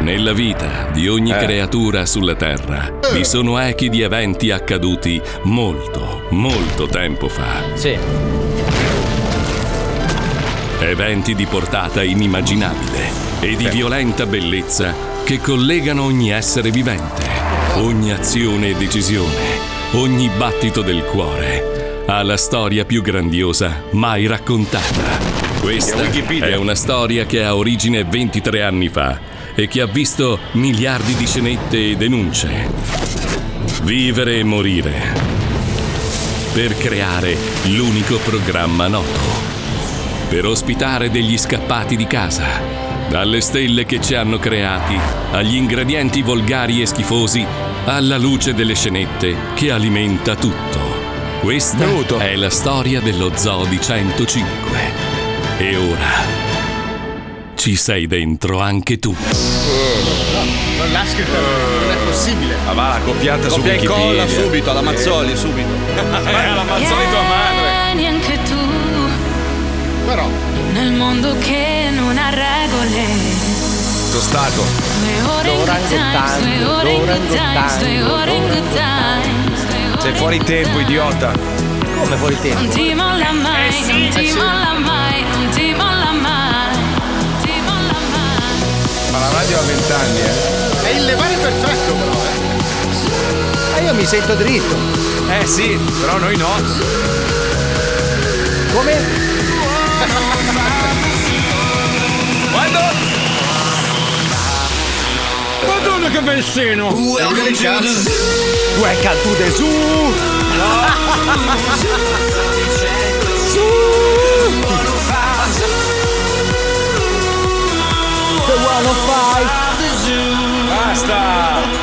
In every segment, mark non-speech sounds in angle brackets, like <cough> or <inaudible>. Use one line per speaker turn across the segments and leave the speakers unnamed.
Nella vita di ogni creatura sulla Terra vi sono echi di eventi accaduti molto, molto tempo fa.
Sì.
Eventi di portata inimmaginabile e di violenta bellezza che collegano ogni essere vivente, ogni azione e decisione, ogni battito del cuore alla storia più grandiosa mai raccontata. Questa è una storia che ha origine 23 anni fa e che ha visto miliardi di scenette e denunce. Vivere e morire per creare l'unico programma noto per ospitare degli scappati di casa. Dalle stelle che ci hanno creati, agli ingredienti volgari e schifosi, alla luce delle scenette che alimenta tutto. Questa è la storia dello Zoo di 105. E ora ci sei dentro anche tu.
Non l'ha scritta, non è possibile.
Ah, va, la coppiata
su
su
Wikipedia.
Wikipedia. Eh. subito, alla Mazzoli, subito. Eh,
alla
Mazzoli tua madre.
Vieni anche Eh, tu
Però
nel mondo che non ha regole.
Sono stato.
Due ore in good times, due ore in good times, due ore in good times.
Sei fuori tempo, idiota. Come fuori
Non ti molla mai, non ti molla mai, non ti molla mai.
Ma la radio ha vent'anni, eh.
è il levare perfetto però, eh.
Ma Ah, io mi sento dritto.
Eh sì, però noi no.
Come?
Quando?
Madonna che pensino!
Welcome to the
Welcome to the zoo! The 105!
Basta!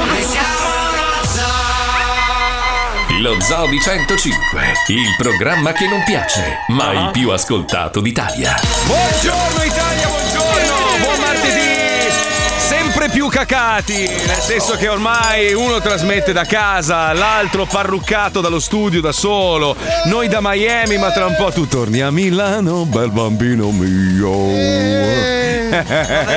Lo Zoo di 105, il programma che non piace, ma
Ah.
il più ascoltato d'Italia.
Buongiorno Italia, buongiorno! Buon martedì! Sempre più cacati, nel senso che ormai uno trasmette da casa, l'altro parruccato dallo studio da solo, noi da Miami, ma tra un po' tu torni a Milano, bel bambino <laughs> mio.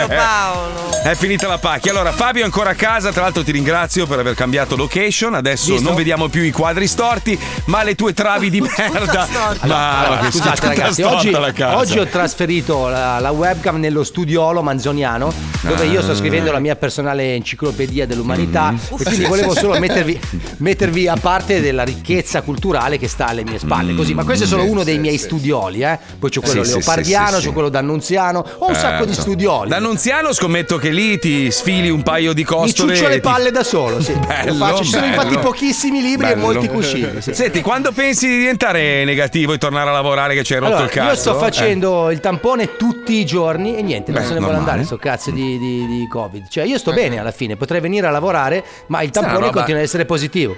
Paolo.
È finita la pacchia. Allora, Fabio è ancora a casa. Tra l'altro, ti ringrazio per aver cambiato location. Adesso
Visto?
non vediamo più i quadri storti, ma le tue travi
<laughs>
di merda. Ma
Allora,
che
scusate
schifo, tutta
ragazzi,
storta
oggi,
la casa.
oggi ho trasferito la, la webcam nello studiolo manzoniano dove io
Ah.
sto scrivendo la mia personale enciclopedia
Mm.
dell'umanità e quindi volevo solo mettervi, mettervi a parte della ricchezza culturale che sta alle mie spalle. Così, ma questo è solo
Mm. Sì,
uno dei miei studioli, eh. Poi c'è quello
Sì, sì,
leopardiano,
sì, sì,
c'è
sì.
quello d'annunziano, ho un sacco di
Certo.
studioli.
D'Annunziano scommetto che lì ti sfili un paio di
Mi
costole.
ciuccio
e
le
ti-
palle da solo, sì.
<laughs> Bello,
Lo faccio. Ci sono
bello.
infatti pochissimi libri e
Bello.
molti cuscini. sì.
Senti, quando pensi di diventare negativo e tornare a lavorare che ci hai rotto
Allora,
il cazzo?
io sto
eh?
facendo il tampone tutti i giorni e niente, non
Beh,
se ne vuole
normale. Eh.
andare sto cazzo di, di- di Covid. Cioè, io sto bene alla fine, potrei venire a lavorare, ma il tampone
roba.
continua ad essere positivo.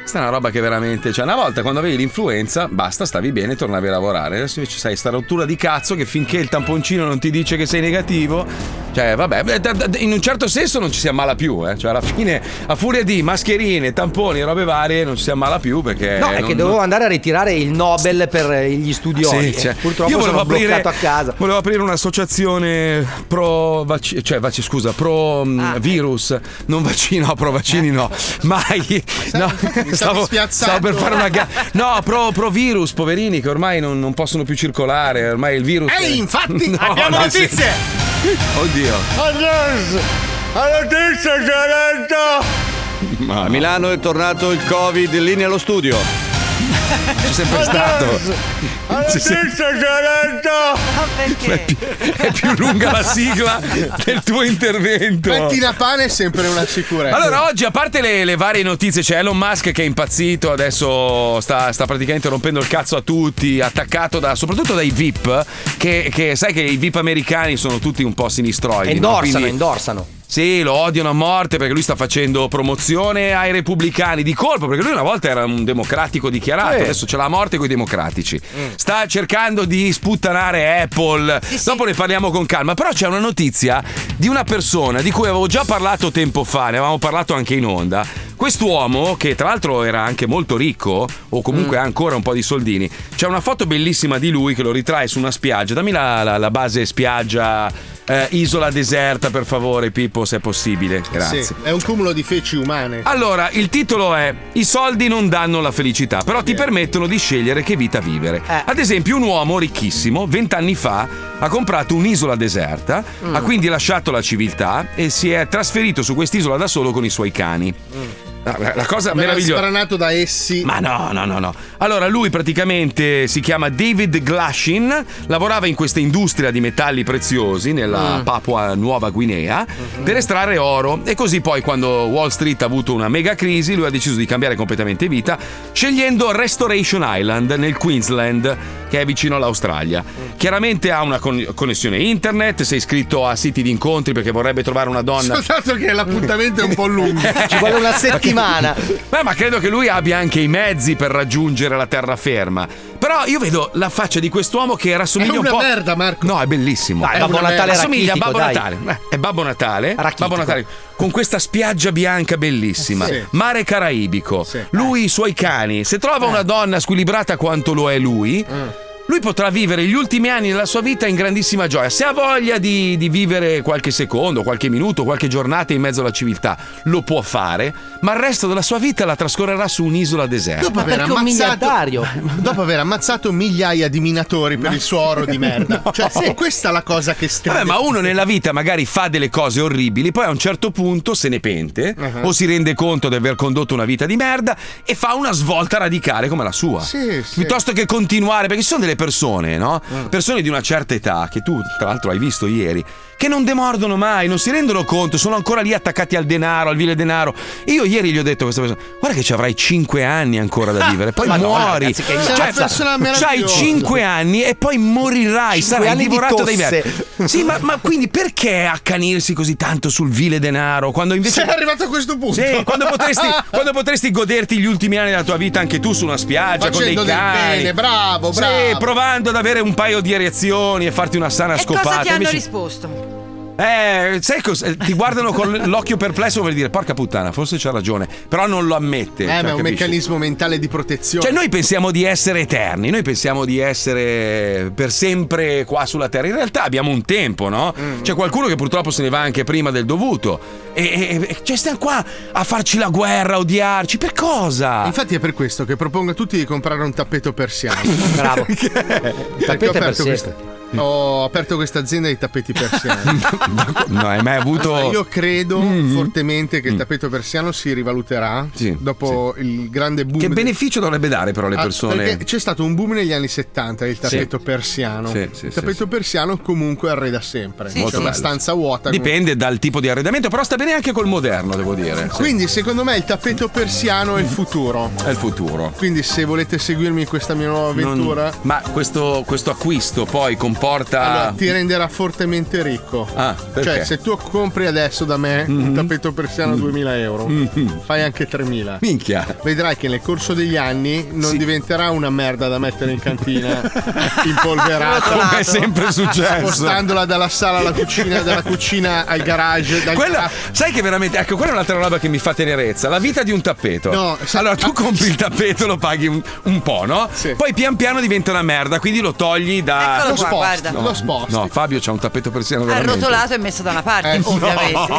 Questa è una roba che veramente. Cioè, una volta quando avevi l'influenza, basta, stavi bene e tornavi a lavorare. Adesso invece sai, sta rottura di cazzo che finché il tamponcino non ti dice che sei negativo. Cioè, vabbè, beh, da- da- in un certo senso non ci si ammala più, eh. Cioè, alla fine, a furia di mascherine, tamponi, robe varie, non ci si ammala più perché.
no, è
non-
che dovevo andare a ritirare il Nobel per eh, gli studioli.
Sì, cioè,
e Purtroppo
io
sono
volevo aprire-
bloccato a casa.
Volevo aprire un'associazione pro vac- cioè vac- scusa, pro mm,
Ah, eh.
virus, non vaccino, pro vaccini no.
<laughs>
Mai. No,
stavi spiazzando.
stavo per fare una gara. No, pro, pro virus, poverini che ormai non, non possono più circolare, ormai il virus.
Ehi, Eh,
<laughs>
infatti, abbiamo
nel
notizie!
senso- Oddio.
A Milano è tornato il Covid lì nello studio.
C'è sempre stato. C'è sempre-
Ma perché?
È più
<laughs>
lunga la sigla del tuo intervento.
Pettina pane è sempre una sicurezza.
Allora, oggi, a parte le, le varie notizie, c'è Elon Musk che è impazzito, adesso sta, sta praticamente rompendo il cazzo a tutti, attaccato da, soprattutto dai VIP, che, che sai che i VIP americani sono tutti un po' sinistroidi. no?
Endorsano,
Quindi-
endorsano.
<laughs> sì, lo odiano a morte perché lui sta facendo promozione ai repubblicani di colpo, perché lui una volta era un democratico dichiarato,
Sì.
adesso ce l'ha a morte con i democratici. Sta cercando di sputtanare Apple. Dopo ne parliamo con calma, però c'è una notizia di una persona di cui avevo già parlato tempo fa, ne avevamo parlato anche in onda. Quest'uomo, che tra l'altro era anche molto ricco, o comunque ha ancora un po' di soldini, c'è una foto bellissima di lui che lo ritrae su una spiaggia. Dammi la, la- la base spiaggia, eh, isola deserta, per favore, Pippo, se è possibile. Grazie.
Sì, è un cumulo di feci umane.
Allora, il titolo è I soldi non danno la felicità, però ti permettono di scegliere che vita vivere. Ad esempio, un uomo ricchissimo, vent'anni fa, ha comprato un'isola deserta,
Mm.
ha quindi lasciato la civiltà e si è trasferito su quest'isola da solo con i suoi cani. Ah, La, la cosa
Come era
meravigliosa.
Mm. sbranato da essi.
Ma no, no, no, no. Allora, lui praticamente si chiama David Glashin, lavorava in questa industria di metalli preziosi nella
Mm.
Papua Nuova Guinea per estrarre oro e così poi quando Wall Street ha avuto una mega crisi, lui ha deciso di cambiare completamente vita scegliendo Restoration Island nel Queensland che è vicino all'Australia. Chiaramente ha una con- connessione internet, si è iscritto a siti di incontri perché vorrebbe trovare una donna
Soltanto che l'appuntamento è un po'
<laughs>
lungo.
Ci vuole una settimana.
Beh, ma credo che lui abbia anche i mezzi per raggiungere la terraferma. Però io vedo la faccia di quest'uomo che rassomiglia
È
un
una
po'.
merda, Marco.
No, è bellissimo.
Dai,
È
Babbo
una
Natale
merda. Assomiglia a
rachitico,
Babbo
dai.
Natale. Eh, È Babbo Natale. Babbo Natale con questa spiaggia bianca bellissima.
Sì.
Mare caraibico. Lui, i suoi cani. Se trova
Eh.
una donna squilibrata quanto lo è lui.
Mm.
Lui potrà vivere gli ultimi anni della sua vita in grandissima gioia. Se ha voglia di, di vivere qualche secondo, qualche minuto, qualche giornata in mezzo alla civiltà, lo può fare, ma il resto della sua vita la trascorrerà su un'isola deserta.
<laughs> Dopo aver, ammazzato, dopo aver ammazzato migliaia di minatori per il suo oro di
<laughs>
merda. Cioè, sì, questa è la cosa che stride.
Vabbè, Eh, ma uno nella vita magari fa delle cose orribili, poi a un certo punto se ne pente
Uh-huh.
o si rende conto di aver condotto una vita di merda e fa una svolta radicale come la sua.
Sì, sì. Uh.
Piuttosto che continuare, perché ci sono delle persone, no? Persone di una certa età, che tu tra l'altro hai visto ieri, che non demordono mai, non si rendono conto, sono ancora lì attaccati al denaro, al vile denaro. Io ieri gli ho detto a questa persona, guarda che ci avrai 5 anni ancora da vivere, poi
Ah, Madonna,
muori. Cioè,
ragazzi, che Sei una persona
c'hai
meravigliosa.
5 anni e poi morirai,
Cinque
sarai
anni di
divorato dai
tosse.
vermi. Sì, ma, ma quindi perché accanirsi così tanto sul vile denaro quando invece...
Sei arrivato a questo punto.
Sì, quando potresti,
<laughs>
quando potresti goderti gli ultimi anni della tua vita anche tu su una spiaggia
Facendo
con
del
dei cani.
bene, bravo,
Sì,
bravo.
provando ad avere un paio di erezioni e farti una sana
E
scopata.
cosa ti hanno
Invece-
risposto?
eh, sai cos- Ti guardano con l'occhio perplesso per dire porca puttana, forse c'ha ragione, però non lo ammette.
Eh,
cioè,
ma è un
capisci?
meccanismo mentale di protezione.
Cioè, noi pensiamo di essere eterni, noi pensiamo di essere per sempre qua sulla Terra. In realtà abbiamo un tempo, no?
Mm.
C'è qualcuno che purtroppo se ne va anche prima del dovuto.
<laughs>
E, e- e- cioè, stiamo qua a farci la guerra, a odiarci. Per cosa?
Infatti è per questo che propongo a tutti di comprare un tappeto persiano. Bravo.
tappeto
ho aperto,
persiano.
questa, ho aperto questa azienda di
<laughs>
tappeti persiani.
non hai mai avuto. Mm-hmm. Mm.
Allora, io credo fortemente che il tappeto persiano si rivaluterà
Sì,
dopo il grande boom.
Che
del-
beneficio dovrebbe dare, però, alle
Ah,
persone?
perché c'è stato un boom negli anni 70 del tappeto
Sì.
persiano.
Sì, sì,
il
sì,
tappeto persiano comunque arreda sempre.
Sì,
C'è
sì.
una
Bello,
stanza vuota.
Dipende dal tipo di arredamento, però sta bene anche col moderno, devo dire. Sì.
Quindi secondo me il tappeto persiano è il futuro.
È il futuro.
Quindi se volete seguirmi in questa mia nuova
Non-
avventura,
Ma questo, questo acquisto poi comporta.
allora, ti renderà fortemente ricco.
Ah, perché? Mhm. Mm.
Cioè, se tu compri adesso da me un tappeto persiano a 2000 euro, fai anche 3000.
Minchia.
Vedrai che nel corso degli anni non diventerà una merda da mettere in
<laughs>
cantina impolverata.
Come è
<laughs>
sempre successo.
Spostandola dalla sala alla cucina, dalla cucina al garage. Dal
Quella, sai che veramente, ecco, quella è un'altra roba che mi fa tenerezza. La vita di un tappeto.
No,
allora tu compri il tappeto, lo paghi un, un po', no? Poi pian piano diventa una merda, quindi lo togli da.
Eccolo Lo qua, sposti, guarda.
No,
lo sposti.
No, Fabio c'ha un tappeto persiano veramente.
Arrotolato e messo da una parte,
Eh, no. <laughs>
ovviamente.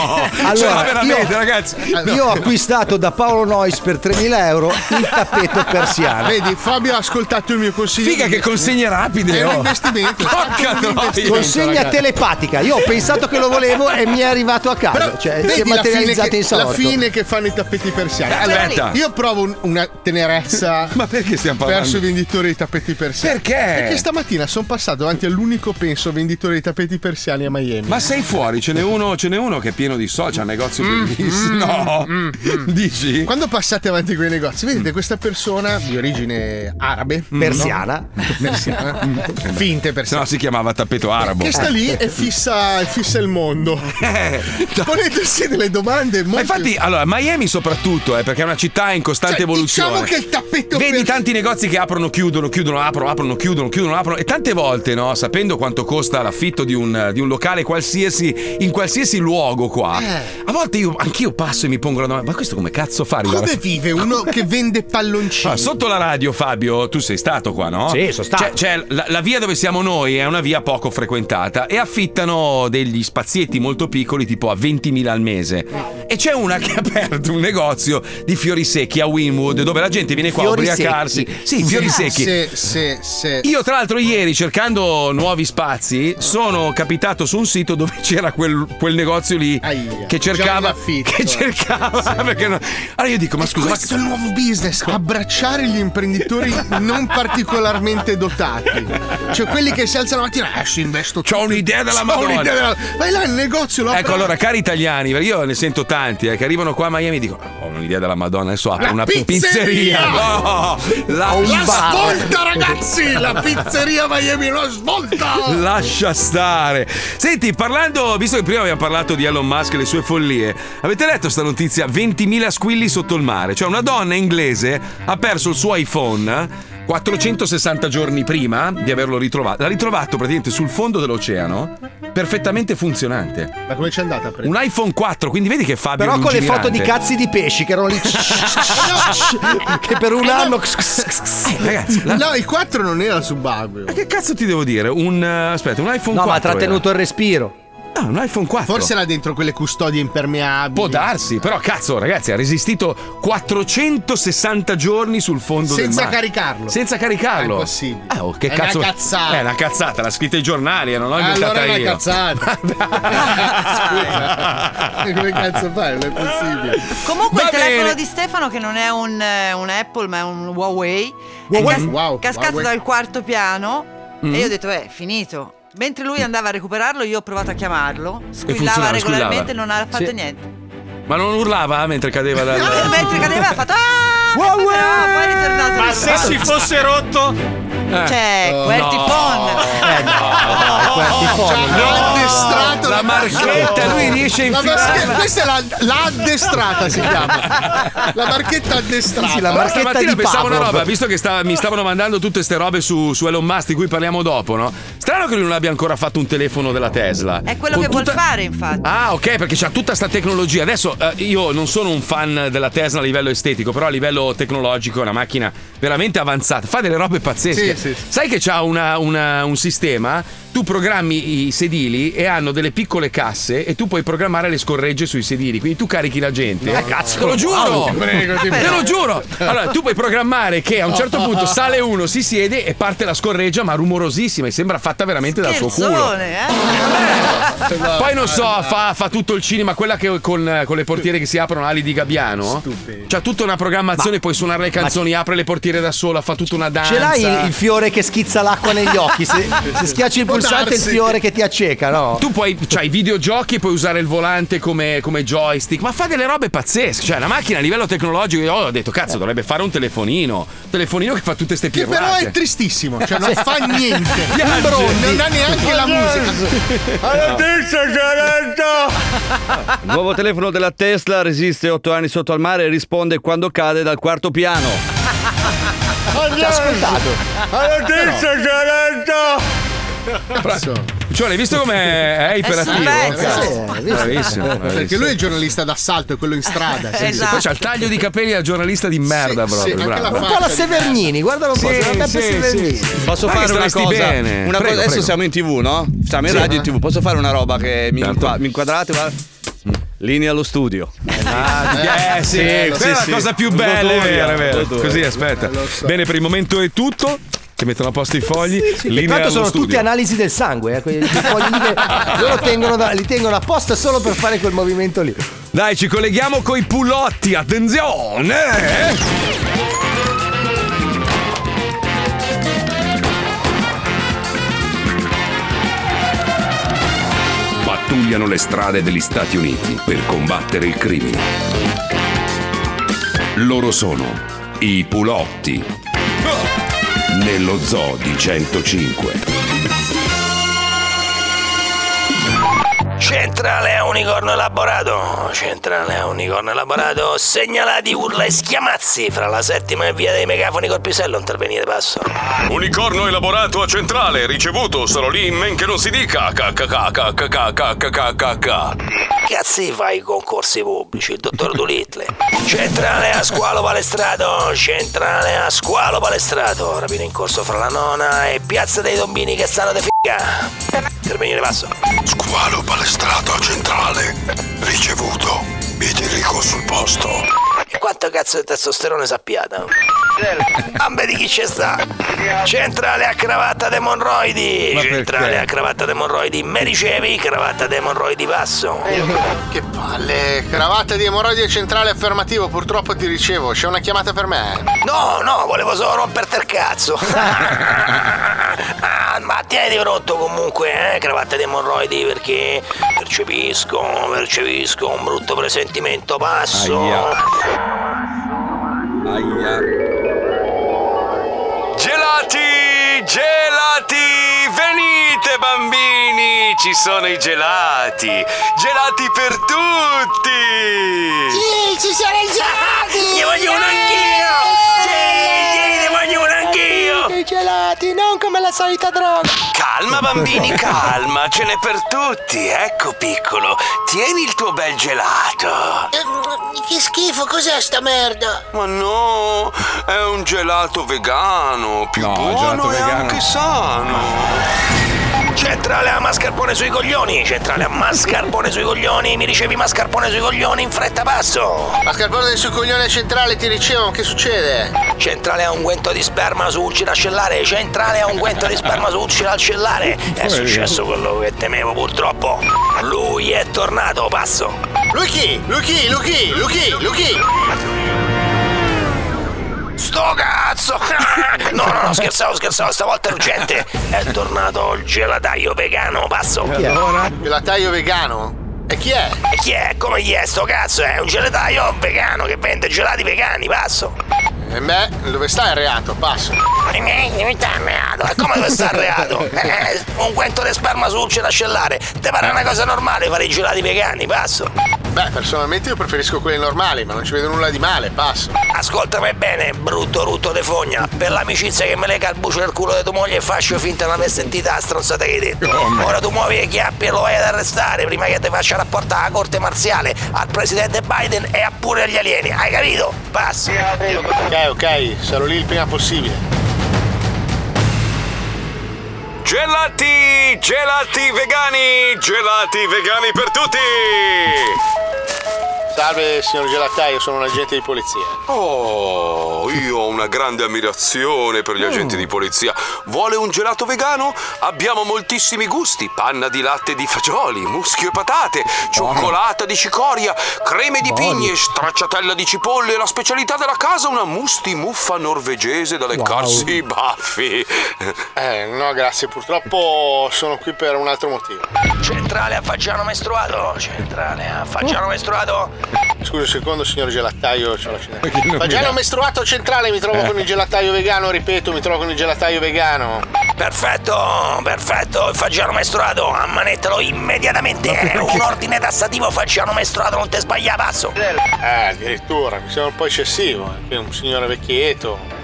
Cioè, ma veramente, ragazzi.
Io ho acquistato da Paolo Nois per 3.000 euro il tappeto persiano.
Vedi, Fabio ha ascoltato il mio consiglio.
Figa che consegne
rapide,
È un
oh.
investimento.
Porca
Un investimento,
Consegna
ragazzi.
telepatica. Io ho pensato che lo volevo e mi è arrivato a casa.
Però
cioè,
vedi
si
la
è
fine
materializzato
che-
in
La
salotto.
fine che fanno i tappeti persiani.
Allora, Eh, Aspetta.
io provo un- una
<laughs>
tenerezza.
Ma perché stiamo parlando?
Verso i venditori di tappeti persiani.
Perché?
Perché stamattina sono passato davanti all'unico, penso, venditore di tappeti persiani a Miami.
Ma sei fuori, ce n'è uno, ce n'è uno che è pieno di social, c'ha un negozio
Mm,
bellissimo. no, <laughs> dici?
Quando passate avanti quei negozi, vedete questa persona di origine arabe,
Persiana.
no? Persiana. finte persone.
Se no si chiamava tappeto arabo.
Che sta lì
<laughs>
e fissa, e fissa il mondo. Ponetesi delle domande.
Ma infatti, allora, Miami soprattutto, eh, perché è una città in costante evoluzione.
Diciamo che il tappeto
Vedi tanti negozi che aprono, chiudono, chiudono, aprono, aprono, chiudono, chiudono, aprono. E tante volte, no? sapendo quanto costa l'affitto di un, di un locale qualsiasi, in qualsiasi luogo qua,
Eh.
a volte io, anch'io passo e mi pongo la domanda, ma questo come cazzo fa? arrivare a-
Come vive uno che vende palloncini?
Ah, sotto la radio, Fabio, tu sei stato qua, no?
Sì, sono stato.
C'è, c'è la, la via dove siamo noi è una via poco frequentata e affittano degli spazietti molto piccoli, tipo a 20.000 al mese. E c'è una che ha <laughs> aperto un negozio di fiori secchi a Winwood, dove la gente viene qua a ubriacarsi. Sì, fiori secchi.
Se, se, se.
Io, tra l'altro, ieri cercando nuovi spazi, sono capitato su un sito dove <laughs> c'era quel, quel negozio lì che cercava. Che cercava. <laughs> Perché no- Allora io dico, ma scusa, ma
Questo è il nuovo business, abbracciare gli
<laughs>
imprenditori non particolarmente dotati. Cioè quelli che si alzano la mattina, eh sì, investo
C'ho un'idea della Madonna."
un'idea della- Vai là il negozio, lo
Ecco
apro-
allora, cari italiani, perché io ne sento tanti eh, che arrivano qua a Miami e dicono: Ho un'idea della Madonna, adesso apro
La
una
pizzeria!
pizzeria. <laughs> No, la,
La
<laughs>
svolta ragazzi, la pizzeria Miami, la svolta!
Lascia stare. Senti, parlando, visto che prima abbiamo parlato di Elon Musk e le sue follie, avete letto sta notizia? 20.000 squilli sotto il mare. Cioè, una donna inglese ha perso il suo iPhone 460 giorni prima di averlo ritrovato. L'ha ritrovato praticamente sul fondo dell'oceano, perfettamente funzionante.
Ma come c'è andata a prendere?
Un iPhone 4, quindi vedi che Fabio è
Però con le
lungimirante.
foto di cazzi di pesci che
<laughs>
erano lì. che per un anno.
Eh, ragazzi, la-
No, il 4 non era subacqueo.
Ma che cazzo ti devo dire? Un eh, aspetta, un iPhone 4.
No, ma ha
era.
trattenuto il respiro.
Ah, un iPhone 4.
Forse era dentro quelle custodie impermeabili.
Può darsi, però cazzo, ragazzi, ha resistito 460 giorni sul fondo
Senza
del mare.
caricarlo.
Senza caricarlo.
È impossibile.
Ah, oh, che
È una
cazzo.
cazzata.
È una cazzata, l'ha scritta i giornali, eh, non l'ho inventata
Allora è
io.
una
<laughs>
cazzata. Scusa. <laughs> Come cazzo fai? Non è possibile.
Comunque
Va
il telefono
bene.
di Stefano, che non è un, eh, un Apple ma è un Huawei, è
Huawei?
cas-
Mm,
Wow,
cascato
Huawei.
dal quarto piano e io ho detto, eh, finito. Mentre lui andava a recuperarlo, io ho provato a chiamarlo, squillava
funzionava,
regolarmente,
squillava.
non ha fatto
Sì.
niente.
Ma non urlava mentre cadeva
E
dal.
mentre cadeva ha fatto, ah, però poi è ritornato.
Ma se si fosse rotto,
Eh.
Cioè,
Oh,
QWERTY-PHONE.
Eh, no, dai, questi folli.
L'ha addestrato.
La marchetta, lui riesce a
La
infilare.
marche- questa è la, la addestrata si chiama. La marchetta addestrata.
Sì, sì, la
Allora,
Marchetta
stamattina
di
pensavo
Pavlov.
una roba, visto che stava- mi stavano mandando tutte queste robe su, su Elon Musk, di cui parliamo dopo, no? Strano che lui non abbia ancora fatto un telefono della Tesla.
È quello
Con
che vuol
tutta-
fare, infatti.
Ah, ok, perché c'ha tutta sta tecnologia. Adesso eh, io non sono un fan della Tesla a livello estetico, però a livello tecnologico è una macchina veramente avanzata. Fa delle robe
Sì,
pazzesche.
sì, sì.
Sai che c'ha una- una- un sistema? Tu programmi i sedili e hanno delle piccole casse e tu puoi programmare le scorregge sui sedili. Quindi tu carichi la gente. eh, cazzo, te lo giuro!
prego, ti
te
prego.
lo giuro! Allora, tu puoi programmare che a un certo punto sale uno, si siede e parte la scorreggia, ma rumorosissima e sembra fatta veramente dal suo culo.
Scherzone, eh?
Esatto.
Poi non so, fa, fa tutto il cinema, quella che con, con le portiere che si aprono ali di Gabbiano.
Stupendo.
C'ha tutta una programmazione, puoi suonare le canzoni, apre le portiere da sola, fa tutta una danza.
Ce l'hai il, il fiore che schizza l'acqua negli
<laughs>
occhi? Se, se schiacci il
Può
pulsante, il
darsi.
fiore che ti acceca, no?
Tu puoi, c'hai i videogiochi e puoi usare il volante come, come joystick, ma fa delle robe pazzesche. Cioè, la macchina a livello tecnologico, io ho detto,
Eh.
cazzo, dovrebbe fare un telefonino. Un telefonino che fa tutte ste
Che
pirlate.
però è tristissimo, cioè non fa niente.
Piange.
Non ha neanche la musica.
Il nuovo telefono della Tesla resiste 8 anni sotto al mare e risponde quando cade dal quarto piano.
Ti ha ascoltato.
Cioè, l'hai visto come è iperattivo?
silenzio.
Eh, visto?
Bravissimo,
Perché
bravissimo.
lui è giornalista d'assalto, è quello in strada. sì.
Esatto.
Poi c'ha il taglio di capelli da giornalista di merda,
sì,
proprio.
anche
bravo.
la
Un po' la Severnini, guardalo un po'.
Sì,
sembra Beppe
sì,
Severnini.
Posso
Ma
fare
che
una
staresti
cosa?
bene.
Una
Prego,
cosa- adesso
prego.
siamo in tv, no? Siamo in radio e in tv. Posso fare una roba che mi,
Certo.
inqua- mi inquadrate? Guarda. Linea allo studio.
Ah, eh, sì,
sì,
quella è
sì.
la cosa più
Un
bella, è
dodone,
vero, è
un
vero.
dodone.
Così,
Eh,
aspetta. Bene, per il momento è tutto. Che mettono a posto i fogli.
Che
linea
tanto
allo
sono
studio.
tutte analisi del sangue, eh, quei- quei fogli lì che loro tengono da- li tengono apposta solo per fare quel movimento lì.
Dai, ci colleghiamo coi pulotti, attenzione!
pattugliano le strade degli Stati Uniti per combattere il crimine. Loro sono i Pulotti nello zoo di 105.
Centrale Unicorno Elaborato. Centrale Unicorno Elaborato. Segnalati urla e schiamazzi fra la settima e via dei megafoni col pisello. Intervenire passo.
Unicorno elaborato a centrale, ricevuto, sono lì in men che non si dica. KKKKKKKKKK.
Cazzi fai i concorsi pubblici, il dottor Dulitle. Centrale a squalo palestrato, centrale a squalo palestrato. Rapina in corso fra la nona e piazza dei tombini che stanno de figa. Intervenire passo.
Squalo palestrato a centrale. Ricevuto. Idrico sul posto.
Quanto cazzo di testosterone sappiata? Ambe di chi c'è sta? Centrale a cravatta dei monroidi!
Ma perché?
Centrale a cravatta dei monroidi, me ricevi? Cravatta dei monroidi passo!
Che palle, cravatta di emorroide centrale affermativo, purtroppo ti ricevo, c'è una chiamata per me.
No, no, volevo solo romperti il
<laughs>
cazzo. Ah, ma tieni pronto comunque, eh, cravatta di emorroidi, perché percepisco, percepisco un brutto presentimento passo.
Gelati! Gelati! Venite bambini! Ci sono i gelati! Gelati per tutti!
Sì, ci sono i gelati!
Ne Ah, voglio uno anch'io! Sì, sì, ne voglio uno anch'io!
I gelati, non come la solita droga!
Calma bambini, calma, ce n'è per tutti. Ecco piccolo, tieni il tuo bel gelato.
Che schifo, cos'è sta merda?
Ma no, è un gelato vegano, più buono
gelato
e
vegano.
anche sano.
Centrale a mascarpone sui coglioni, centrale a mascarpone sui coglioni, mi ricevi mascarpone sui coglioni in fretta passo.
Mascarpone del suo coglione centrale ti ricevo, che succede?
Centrale a unguento di sperma su ulcera ascellare, centrale a unguento di sperma su ulcera ascellare. È
Poverino.
successo quello che temevo purtroppo. Lui è tornato, passo.
Lui chi? Lui chi? Lui chi? Lui chi? Lui chi?
Sto cazzo! <laughs> No, no, no, scherzavo, scherzavo, stavolta è urgente. È tornato il gelataio vegano, passo.
Gelataio vegano? E chi è?
E chi è? Come chi è sto cazzo? È un gelataio vegano che vende gelati vegani, passo.
E beh, Eh, dove sta il reato? Passo.
Mi sta il reato? E come dove
<laughs>
sta il reato? Eh, un guento di sperma su ulcera ascellare. Te pare una cosa normale fare i gelati vegani, passo.
Beh, personalmente io preferisco quelli normali, ma non ci vedo nulla di male, passo.
Ascoltami bene, brutto rutto de fogna. Per l'amicizia che me lega il bucio nel culo di tua moglie e faccio finta non aver sentita la stronzata che hai detto.
Oh,
Come?
Ora tu muovi le chiappe e lo vai ad arrestare prima che ti faccia rapporto alla corte marziale, al presidente Biden e a pure agli alieni. Hai capito? Passo.
Ok, ok, sarò lì il prima possibile.
Gelati! Gelati vegani! Gelati vegani per tutti!
Salve, signor gelataio, sono un agente di polizia.
Oh, io ho una grande ammirazione per gli agenti di polizia. Vuole un gelato vegano? Abbiamo moltissimi gusti: panna di latte di fagioli, muschio e patate, cioccolata di cicoria, creme di pigne, stracciatella di cipolle e la specialità della casa, una musti muffa norvegese da leccarsi i baffi.
Eh, no, grazie, purtroppo sono qui per un altro motivo.
Centrale a Faggiano Mestruato. Centrale a Faggiano Mestruato.
Oh. Scusi un secondo, signor gelataio, c'ho la scena.
non mi
Fagiano
dà?
mestruato centrale, mi trovo
Eh.
con il gelataio vegano, ripeto, mi trovo con il gelataio vegano.
Perfetto, perfetto, il fagiano mestruato, ammanettalo immediatamente. È un ordine tassativo fagiano mestruato, non te sbaglia passo.
Eh, addirittura, mi sembra un po' eccessivo, eh, che un signore vecchietto.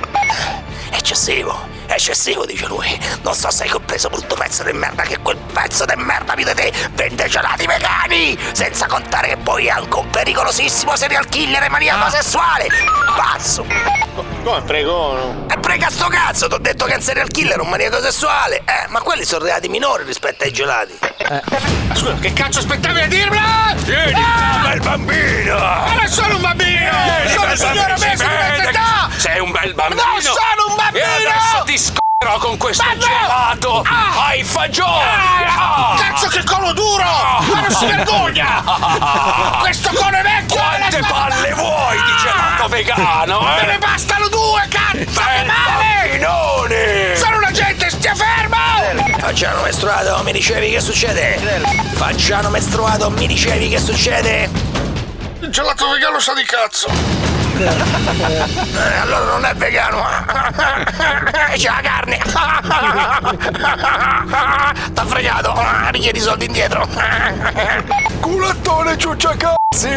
Eccessivo, eccessivo, dice lui. Non so se hai compreso, brutto pezzo di merda, che quel pezzo di merda vita te vende gelati vegani! Senza contare che poi è anche un pericolosissimo serial killer e
Ah.
maniaco sessuale! Pazzo!
Ah. Come prego?
E prega sto cazzo, ti ho detto che è un serial killer, un maniaco sessuale! Eh, ma quelli sono reati minori rispetto ai gelati.
Scusa, che cazzo aspettavi a dirmelo? Vieni,
bel bambino!
Ma non sono un bambino!
Eh,
sono un signore messo di mezza età!
Sei un bel bambino!
Non sono un bambino!
E adesso ti scorro con questo gelato ai fagioli! Ah!
Cazzo che colo duro! Ma non si
<laughs>
vergogna! Questo cone vecchio! eh, Quante
palle vuoi di gelato vegano?
Ah! Me
eh?
ne bastano due, cazzo! Che male!
Pinone!
Sono un agente, stia fermo!
Facciano mestruato, mi dicevi che succede? Facciano mestruato, mi dicevi che succede?
Il gelato vegano sa di cazzo!
Eh, allora non è vegano. <laughs> C'è la carne. T'ha fregato. Richiedi i soldi indietro.
Culattone ciucciacazzi!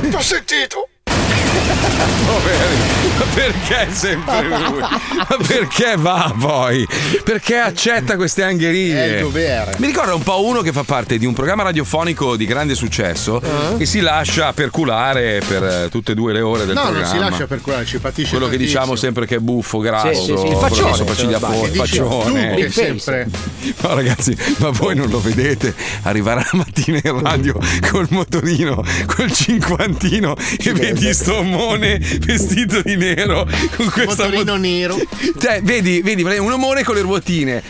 Ti ho sentito!
Poveri, Oh, ma perché sempre lui? Ma perché va poi? Perché accetta queste angherie?
È il dovere.
Mi ricorda un po' uno che fa parte di un programma radiofonico di grande successo
Eh?
che si lascia perculare per eh, tutte e due le ore del
no,
programma.
non si lascia per quello, ci patisce.
quello che
tantissimo.
diciamo sempre che è buffo, grasso,
Sì, sì, sì, il faccione,
faccione,
se non sbaglio. Dici
faccione.
tu che sempre-
No, ragazzi, ma voi non lo vedete? Arriverà la mattina in radio col motorino, col cinquantino e vedi sto omone vestito di nero con questa motorino
nero.
Cioè, vedi, vedi, un omone con le ruotine.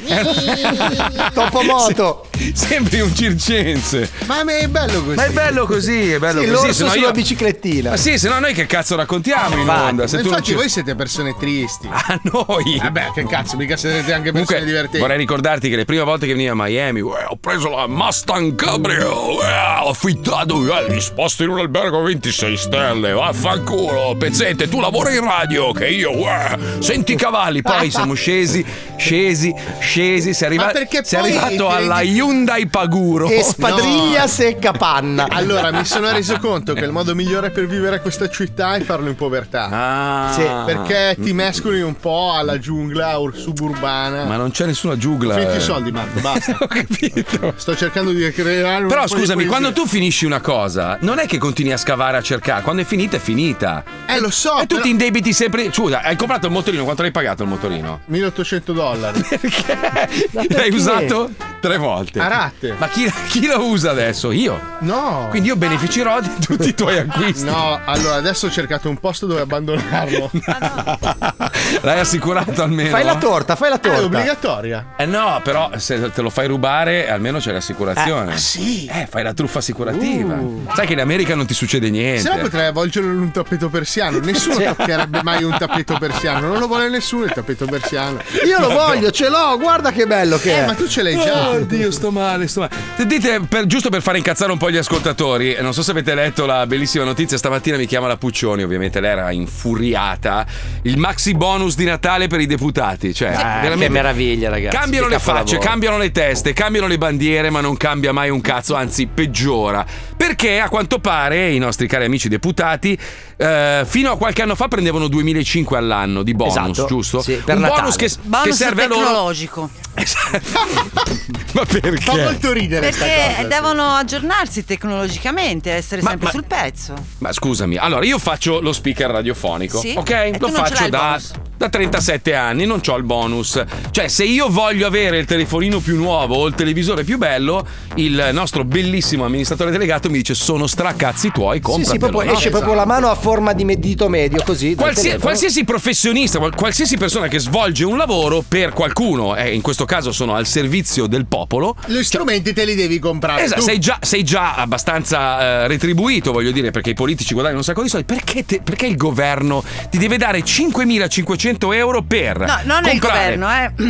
Topomoto.
Se- Sembri un circense.
Ma me è bello così.
Ma è bello così, è bello
Sì,
così.
l'orso
se no
sulla
io-
biciclettina.
Ma sì, se no noi che cazzo raccontiamo in onda? Se
Ma
tu non
infatti
ci-
voi siete persone tristi.
Ah, noi?
Vabbè, che cazzo, mica siete anche persone
Comunque,
divertenti.
vorrei ricordarti che le prime volte che veniva a Miami, "Uè, ho preso la Mustang Cabrio, uè, ho affittato, uè, mi sposto in un albergo a 26 stelle, vaffanculo, pezzente, tu lavori in radio, che io, uè, senti i cavalli. Poi siamo scesi, scesi, scesi, sei, arriva-
Ma perché
sei
poi
arrivato
ti
alla
rendi-
Hyundai Paguro.
E spadriglia
Piglia secca panna.
<laughs> Allora, mi sono reso conto che il modo migliore per vivere questa città è farlo in povertà.
Ah.
Sì. Perché ti mescoli un po' alla giungla o suburbana.
Ma non c'è nessuna giugla.
Finiti
eh.
i soldi, Marco,
<laughs>
basta. Ho
capito.
Sto cercando di creare un
Però
po' di
scusami,
poesia.
quando tu finisci una cosa, non è che continui a scavare a cercare, quando è finita è finita.
Eh, lo so.
E tu ti indebiti sempre. Scusa, hai comprato il motorino, quanto l'hai pagato il motorino?
Eh, 1800
<laughs>
dollari.
L'hai usato tre volte.
A rate.
Ma chi, chi lo usa adesso? Io.
No.
Quindi io beneficerò di tutti i tuoi acquisti.
No, allora adesso ho cercato un posto dove
<laughs>
abbandonarlo.
L'hai assicurato almeno.
Fai la
torta, fai la
torta. È obbligatoria.
Eh no, però se te lo fai rubare almeno c'è l'assicurazione.
Eh, ah, sì.
Eh, fai la truffa assicurativa. Sai che in America non ti succede niente. Cioè.
Se no potrei avvolgerlo in un tappeto persiano.
<laughs>
Nessuno
Sì.
toccherebbe mai un tappeto persiano. Non lo vuole nessuno il tappeto persiano.
Io lo voglio, ce l'ho, guarda che bello che
Eh,
è.
ma tu ce l'hai già.
Oddio, sto male, sto male. Sentite, per- giusto per far incazzare un po' gli ascoltatori, eh, non so se avete letto la bellissima notizia, stamattina mi chiama la Puccioni, ovviamente lei era infuriata. Il maxi bonus di Natale per i deputati, cioè,
Ah,
veramente-
che meraviglia, ragazzi.
Cambiano
che
le facce,
capolavoro.
cambiano le teste, cambiano le bandiere, ma non cambia mai un cazzo, anzi peggiora. Perché a quanto pare i nostri cari amici deputati eh, fino a qualche anno fa prendevano 2005 all'anno di bonus,
Esatto,
giusto?
sì, per
un
Natale.
bonus che,
Bonus
che serve a loro.
tecnologico.
Ma perché?
Fa molto ridere sta
Perché
cosa.
devono aggiornarsi tecnologicamente, essere
Ma-
sempre
ma-
sul pezzo.
Ma scusami, allora io faccio lo speaker radiofonico,
Sì.
ok?
E
lo
tu non ce l'hai
faccio
il
da,
bonus?
da 37 anni, non ho il bonus. Cioè, se io voglio avere il telefonino più nuovo o il televisore più bello, il nostro bellissimo amministratore delegato mi dice sono stracazzi tuoi,
Sì, sì,
compratelo.
proprio,
no?
esce proprio la mano a forma di medito medio, così. dal
Qualsiasi,
telefono.
qualsiasi professionista, qual- qualsiasi persona che svolge un lavoro per qualcuno, eh, in questo caso sono al servizio del popolo,
Gli strumenti te li devi comprare.
Esatto,
tu.
sei già, sei già abbastanza eh, retribuito, voglio dire, perché i politici guadagnano un sacco di soldi. Perché, te- perché il governo ti deve dare 5.500 euro per.
No, non è il
comprare-
governo,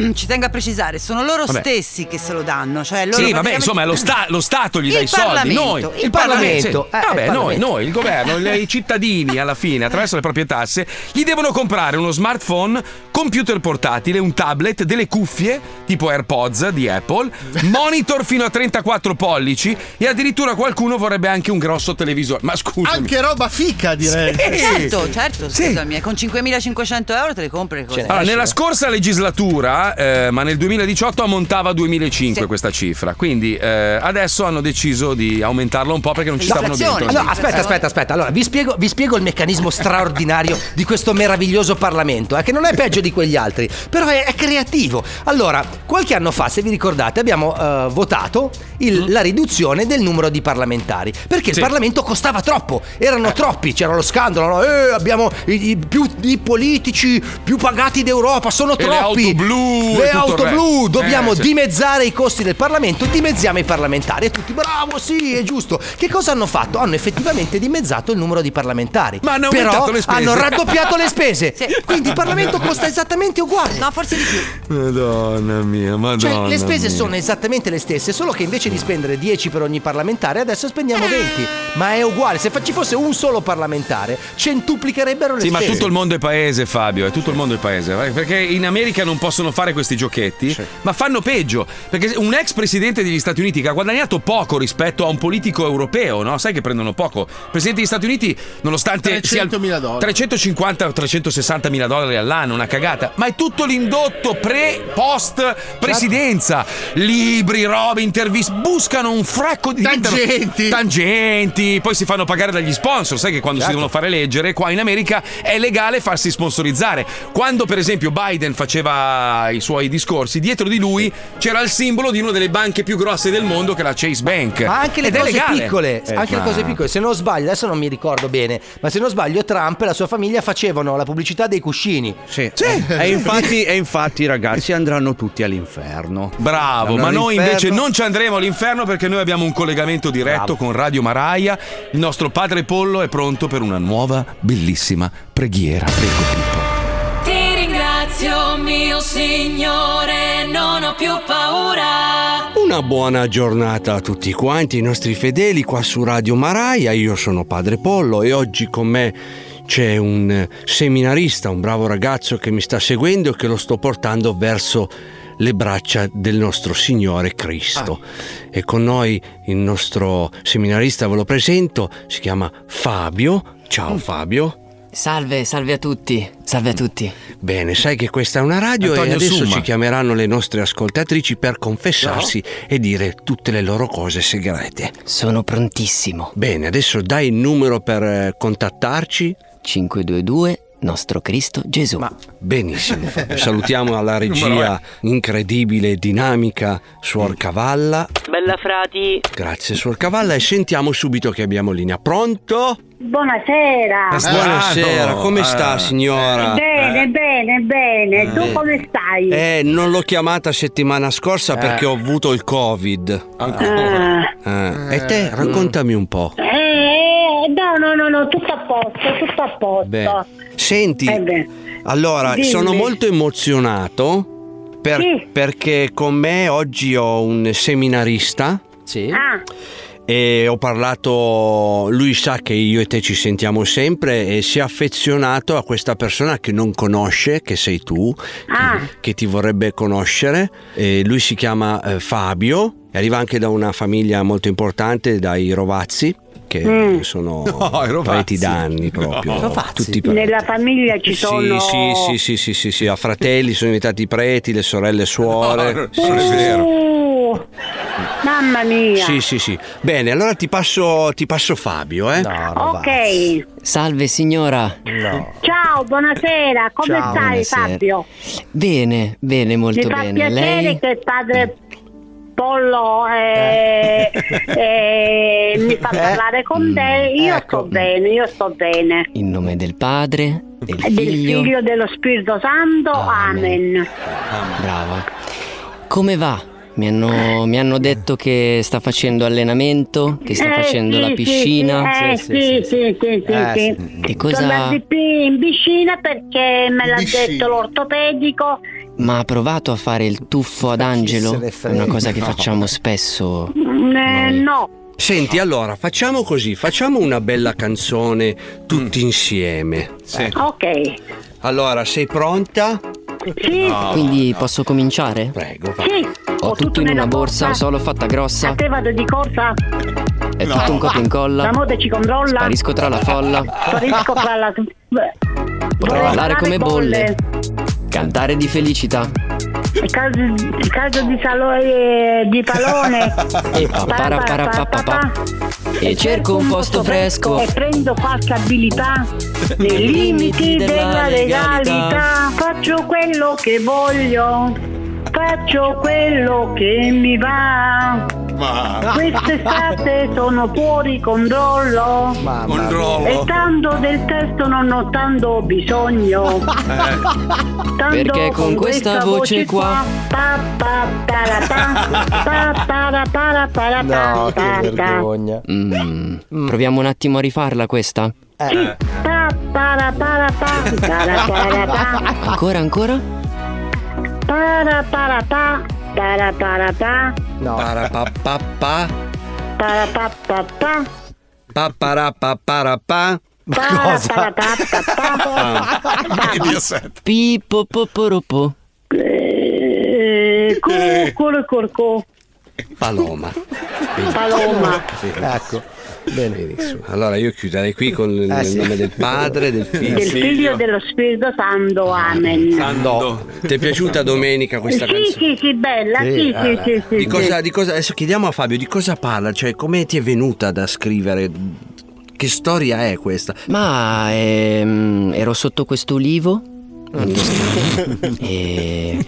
eh. <clears throat> ci tengo a precisare, sono loro
Vabbè.
stessi che se lo danno. Cioè loro
Sì, vabbè,
praticamente-
insomma, è lo, sta- <laughs> lo Stato gli dà
Il
i soldi,
Parlamento,
noi.
il Parlamento,
sì.
eh,
vabbè,
il
noi,
Parlamento.
noi, il governo, le- i cittadini, alla fine, attraverso le proprie tasse, gli devono comprare uno smartphone, computer portatile, un tablet, delle cuffie, tipo AirPods di Apple, monitor fino a 34 pollici e addirittura qualcuno vorrebbe anche un grosso televisore. Ma scusami.
Anche roba fica, direi.
Sì.
Certo, certo, scusami, eh, con 5.500 euro te le compri le cose.
Allora, nella scorsa legislatura, eh, ma nel 2018 ammontava a 2005
Sì.
questa cifra, quindi eh, adesso hanno deciso di aumentarla un po' perché non ci stavano dentro.
No, aspetta, aspetta, aspetta. Allora, vi spiego, vi spiego il meccanismo straordinario di questo meraviglioso Parlamento, eh, che non è peggio di quegli altri, però è, è creativo. Allora, qualche anno fa, se vi ricordate, abbiamo eh, votato il- la riduzione del numero di parlamentari, perché
Mm. Sì.
il Parlamento costava troppo, erano troppi, c'era lo scandalo, no? Eh, abbiamo i, i più, i politici più pagati d'Europa, sono
E le
troppi.
auto blu
Le
e tutto
auto
il resto.
blu, dobbiamo
Eh, sì.
dimezzare i costi del Parlamento, dimezziamo i parlamentari. E tutti, bravo, sì, è giusto. Che cosa hanno fatto? Hanno effettivamente dimezzato il numero di parlamentari.
Ma hanno
Però
aumentato le spese.
hanno raddoppiato le spese.
Sì.
Quindi il Parlamento costa esattamente uguale.
No, forse di più.
Madonna mia, madonna.
Cioè, le spese
mia.
sono esattamente le stesse, solo che invece di spendere 10 per ogni parlamentare, adesso spendiamo 20. Ma è uguale, se fa- ci fosse un solo parlamentare, centuplicherebbero le
Sì, ma
spese.
tutto il mondo è paese, Fabio. È tutto il mondo è paese. vai, Perché in America non possono fare questi giochetti, ma fanno peggio. Perché un ex presidente degli Stati Uniti che ha guadagnato poco rispetto a un politico europeo, no? Sai che prendono poco. Il presidente degli Stati Uniti, nonostante sia al-
300.000 dollari.
350 o 360 mila dollari all'anno, una cagata. Ma è tutto l'indotto pre-post presidenza. Libri, robe, interviste. Buscano un fracco di
Tangenti.
tangenti. Poi si fanno pagare dagli sponsor. Sai che quando
Certo.
si devono fare leggere, qua in America è legale farsi sponsorizzare. Quando, per esempio, Biden faceva i suoi discorsi, dietro di lui c'era il simbolo di una delle banche più grosse del mondo, che è la Chase Bank.
Ma anche le
Ed è
cose
legale.
piccole,
Eh,
anche le
ma-
cose piccole, se non sbaglio, adesso non mi ricordo bene, ma se non sbaglio Trump e la sua famiglia facevano la pubblicità dei cuscini.
Sì.
Eh,
E, infatti, e infatti, ragazzi, andranno tutti all'inferno.
Bravo, ma
Andranno
noi
all'inferno.
invece non ci andremo all'inferno perché noi abbiamo un collegamento diretto con Radio Maraia. Il nostro padre Pollo è pronto per una nuova bellissima preghiera. Prego,
eh.
Pippo.
Ti ringrazio mio Signore, non ho più paura.
Una buona giornata a tutti quanti, i nostri fedeli qua su Radio Maraia. Io sono Padre Pollo e oggi con me c'è un eh, seminarista, un bravo ragazzo che mi sta seguendo e che lo sto portando verso le braccia del nostro Signore Cristo.
Ah.
E con noi il nostro seminarista, ve lo presento, si chiama Fabio. Ciao Fabio.
Mm. Salve, salve a tutti. Salve a tutti.
Bene, sai che questa è una radio
Antonio
e adesso
Summa.
ci chiameranno le nostre ascoltatrici per confessarsi e dire tutte le loro cose segrete.
Sono prontissimo.
Bene, adesso dai il numero per eh, contattarci.
522 nostro Cristo Gesù.
Benissimo, <laughs> Fabio. salutiamo alla
Numero
regia incredibile e dinamica Suor Cavalla.
Bella frati.
Grazie Suor Cavalla e sentiamo subito che abbiamo linea. Pronto?
Buonasera.
Eh, Buonasera, come sta
Eh.
signora?
Bene, bene, bene. Tu
Bene.
come stai?
Eh, non l'ho chiamata settimana scorsa
Eh.
perché ho avuto il Covid.
Ancora.
Eh, E te, raccontami un po'.
Eh, no, no, no, no, tutto a posto, tutto a posto.
Beh, senti,
Eh beh.
allora
Dimmi.
sono molto emozionato per- perché con me oggi ho un seminarista.
Sì.
Ah,
E ho parlato, lui sa che io e te ci sentiamo sempre e si è affezionato a questa persona che non conosce, che sei tu,
ah,
che ti vorrebbe conoscere. E lui si chiama eh, Fabio, e arriva anche da una famiglia molto importante, dai Rovazzi, che
Mm.
sono
<laughs> No, i Rovazzi.
pareti d'anni proprio. Oh, Tutti i
nella famiglia ci
sì,
sono...
sì, sì, sì, sì, sì, sì, a fratelli sono diventati preti, le sorelle suore.
No,
Sì,
non
sì, sì.
Uh, mamma mia.
Sì, sì, sì. Bene, allora ti passo, ti passo Fabio, eh?
Ok.
Salve signora.
Ciao, buonasera. Come
Ciao.
stai
Buonasera.
Fabio?
Bene, bene, molto
Mi fa
bene.
piacere
Lei?
che padre Pollo eh, <laughs> eh, mi fa parlare
Mm,
con te. Io
ecco.
sto bene, io sto bene.
In nome del Padre, del
Del
Figlio. Ah,
figlio dello Spirito Santo, amen.
Brava. Come va? Mi hanno, mi hanno detto che sta facendo allenamento, che sta
Eh,
facendo
sì,
la
sì,
piscina.
sì, eh, sì, sì, sì, sì,
Eh,
sì.
sì.
Sono
E cosa-
andati in piscina perché me l'ha detto l'ortopedico.
Ma ha provato a fare il tuffo ad Angelo?
ne frega?
Una cosa che
No.
facciamo spesso.
Mm, eh, no.
Senti, allora, facciamo così, facciamo una bella canzone tutti
Mm.
insieme.
Ok.
Allora, sei pronta?
Sì.
Quindi posso cominciare?
Prego.
Sì.
Ho, tutto, in una borsa, ho solo fatta grossa.
A te vado di corsa.
È tutto un copia e incolla.
La moda ci controlla.
Sparisco tra la folla.
Sparisco tra la.
<laughs> Potrò
Vorrei
parlare
fare
come bolle. Cantare di felicità.
Il caso, il caso di, Salo- eh, di Palone.
E paparapapapapà. <laughs> E cerco un posto fresco.
E prendo qualche abilità. Nei limiti della legalità. Faccio quello che voglio. Faccio quello che mi va.
Ah.
Quest'estate sono fuori controllo.
Controllo.
E tanto del testo non ho tanto bisogno.
Eh.
Eh.
Tanto
Perché con questa voce qua-
Pa, pa, para, pa, pa, para, para, para, pa, pa, pa.
Mm. Proviamo un attimo a rifarla questa?
Sì, pa, para, para, pa, para, para, pa.
Ancora, ancora?
Para, para, pa, para, para, pa,
No.
Parapapappa.
para, pa, pa, pa.
Paparapapparapà.
Ma
cosa?
Ah.
Pippo poporopo.
Eh, cu, cur, cur, cu.
Paloma.
<laughs> Paloma.
Ecco. Bene.
Allora io chiuderei qui con il
Eh, sì.
nome del padre,
<laughs>
del figlio.
Del figlio dello Spirito Santo, Amen.
No. Ti è piaciuta domenica questa
Sì,
canzone?
sì, sì, bella, sì, sì,
eh,
sì, sì,
di
sì.
cosa, di cosa- adesso chiediamo a Fabio di cosa parla, cioè come ti è venuta da scrivere? Che storia è questa?
Ma ehm, ero sotto
<laughs>
quest'ulivo in Toscana e,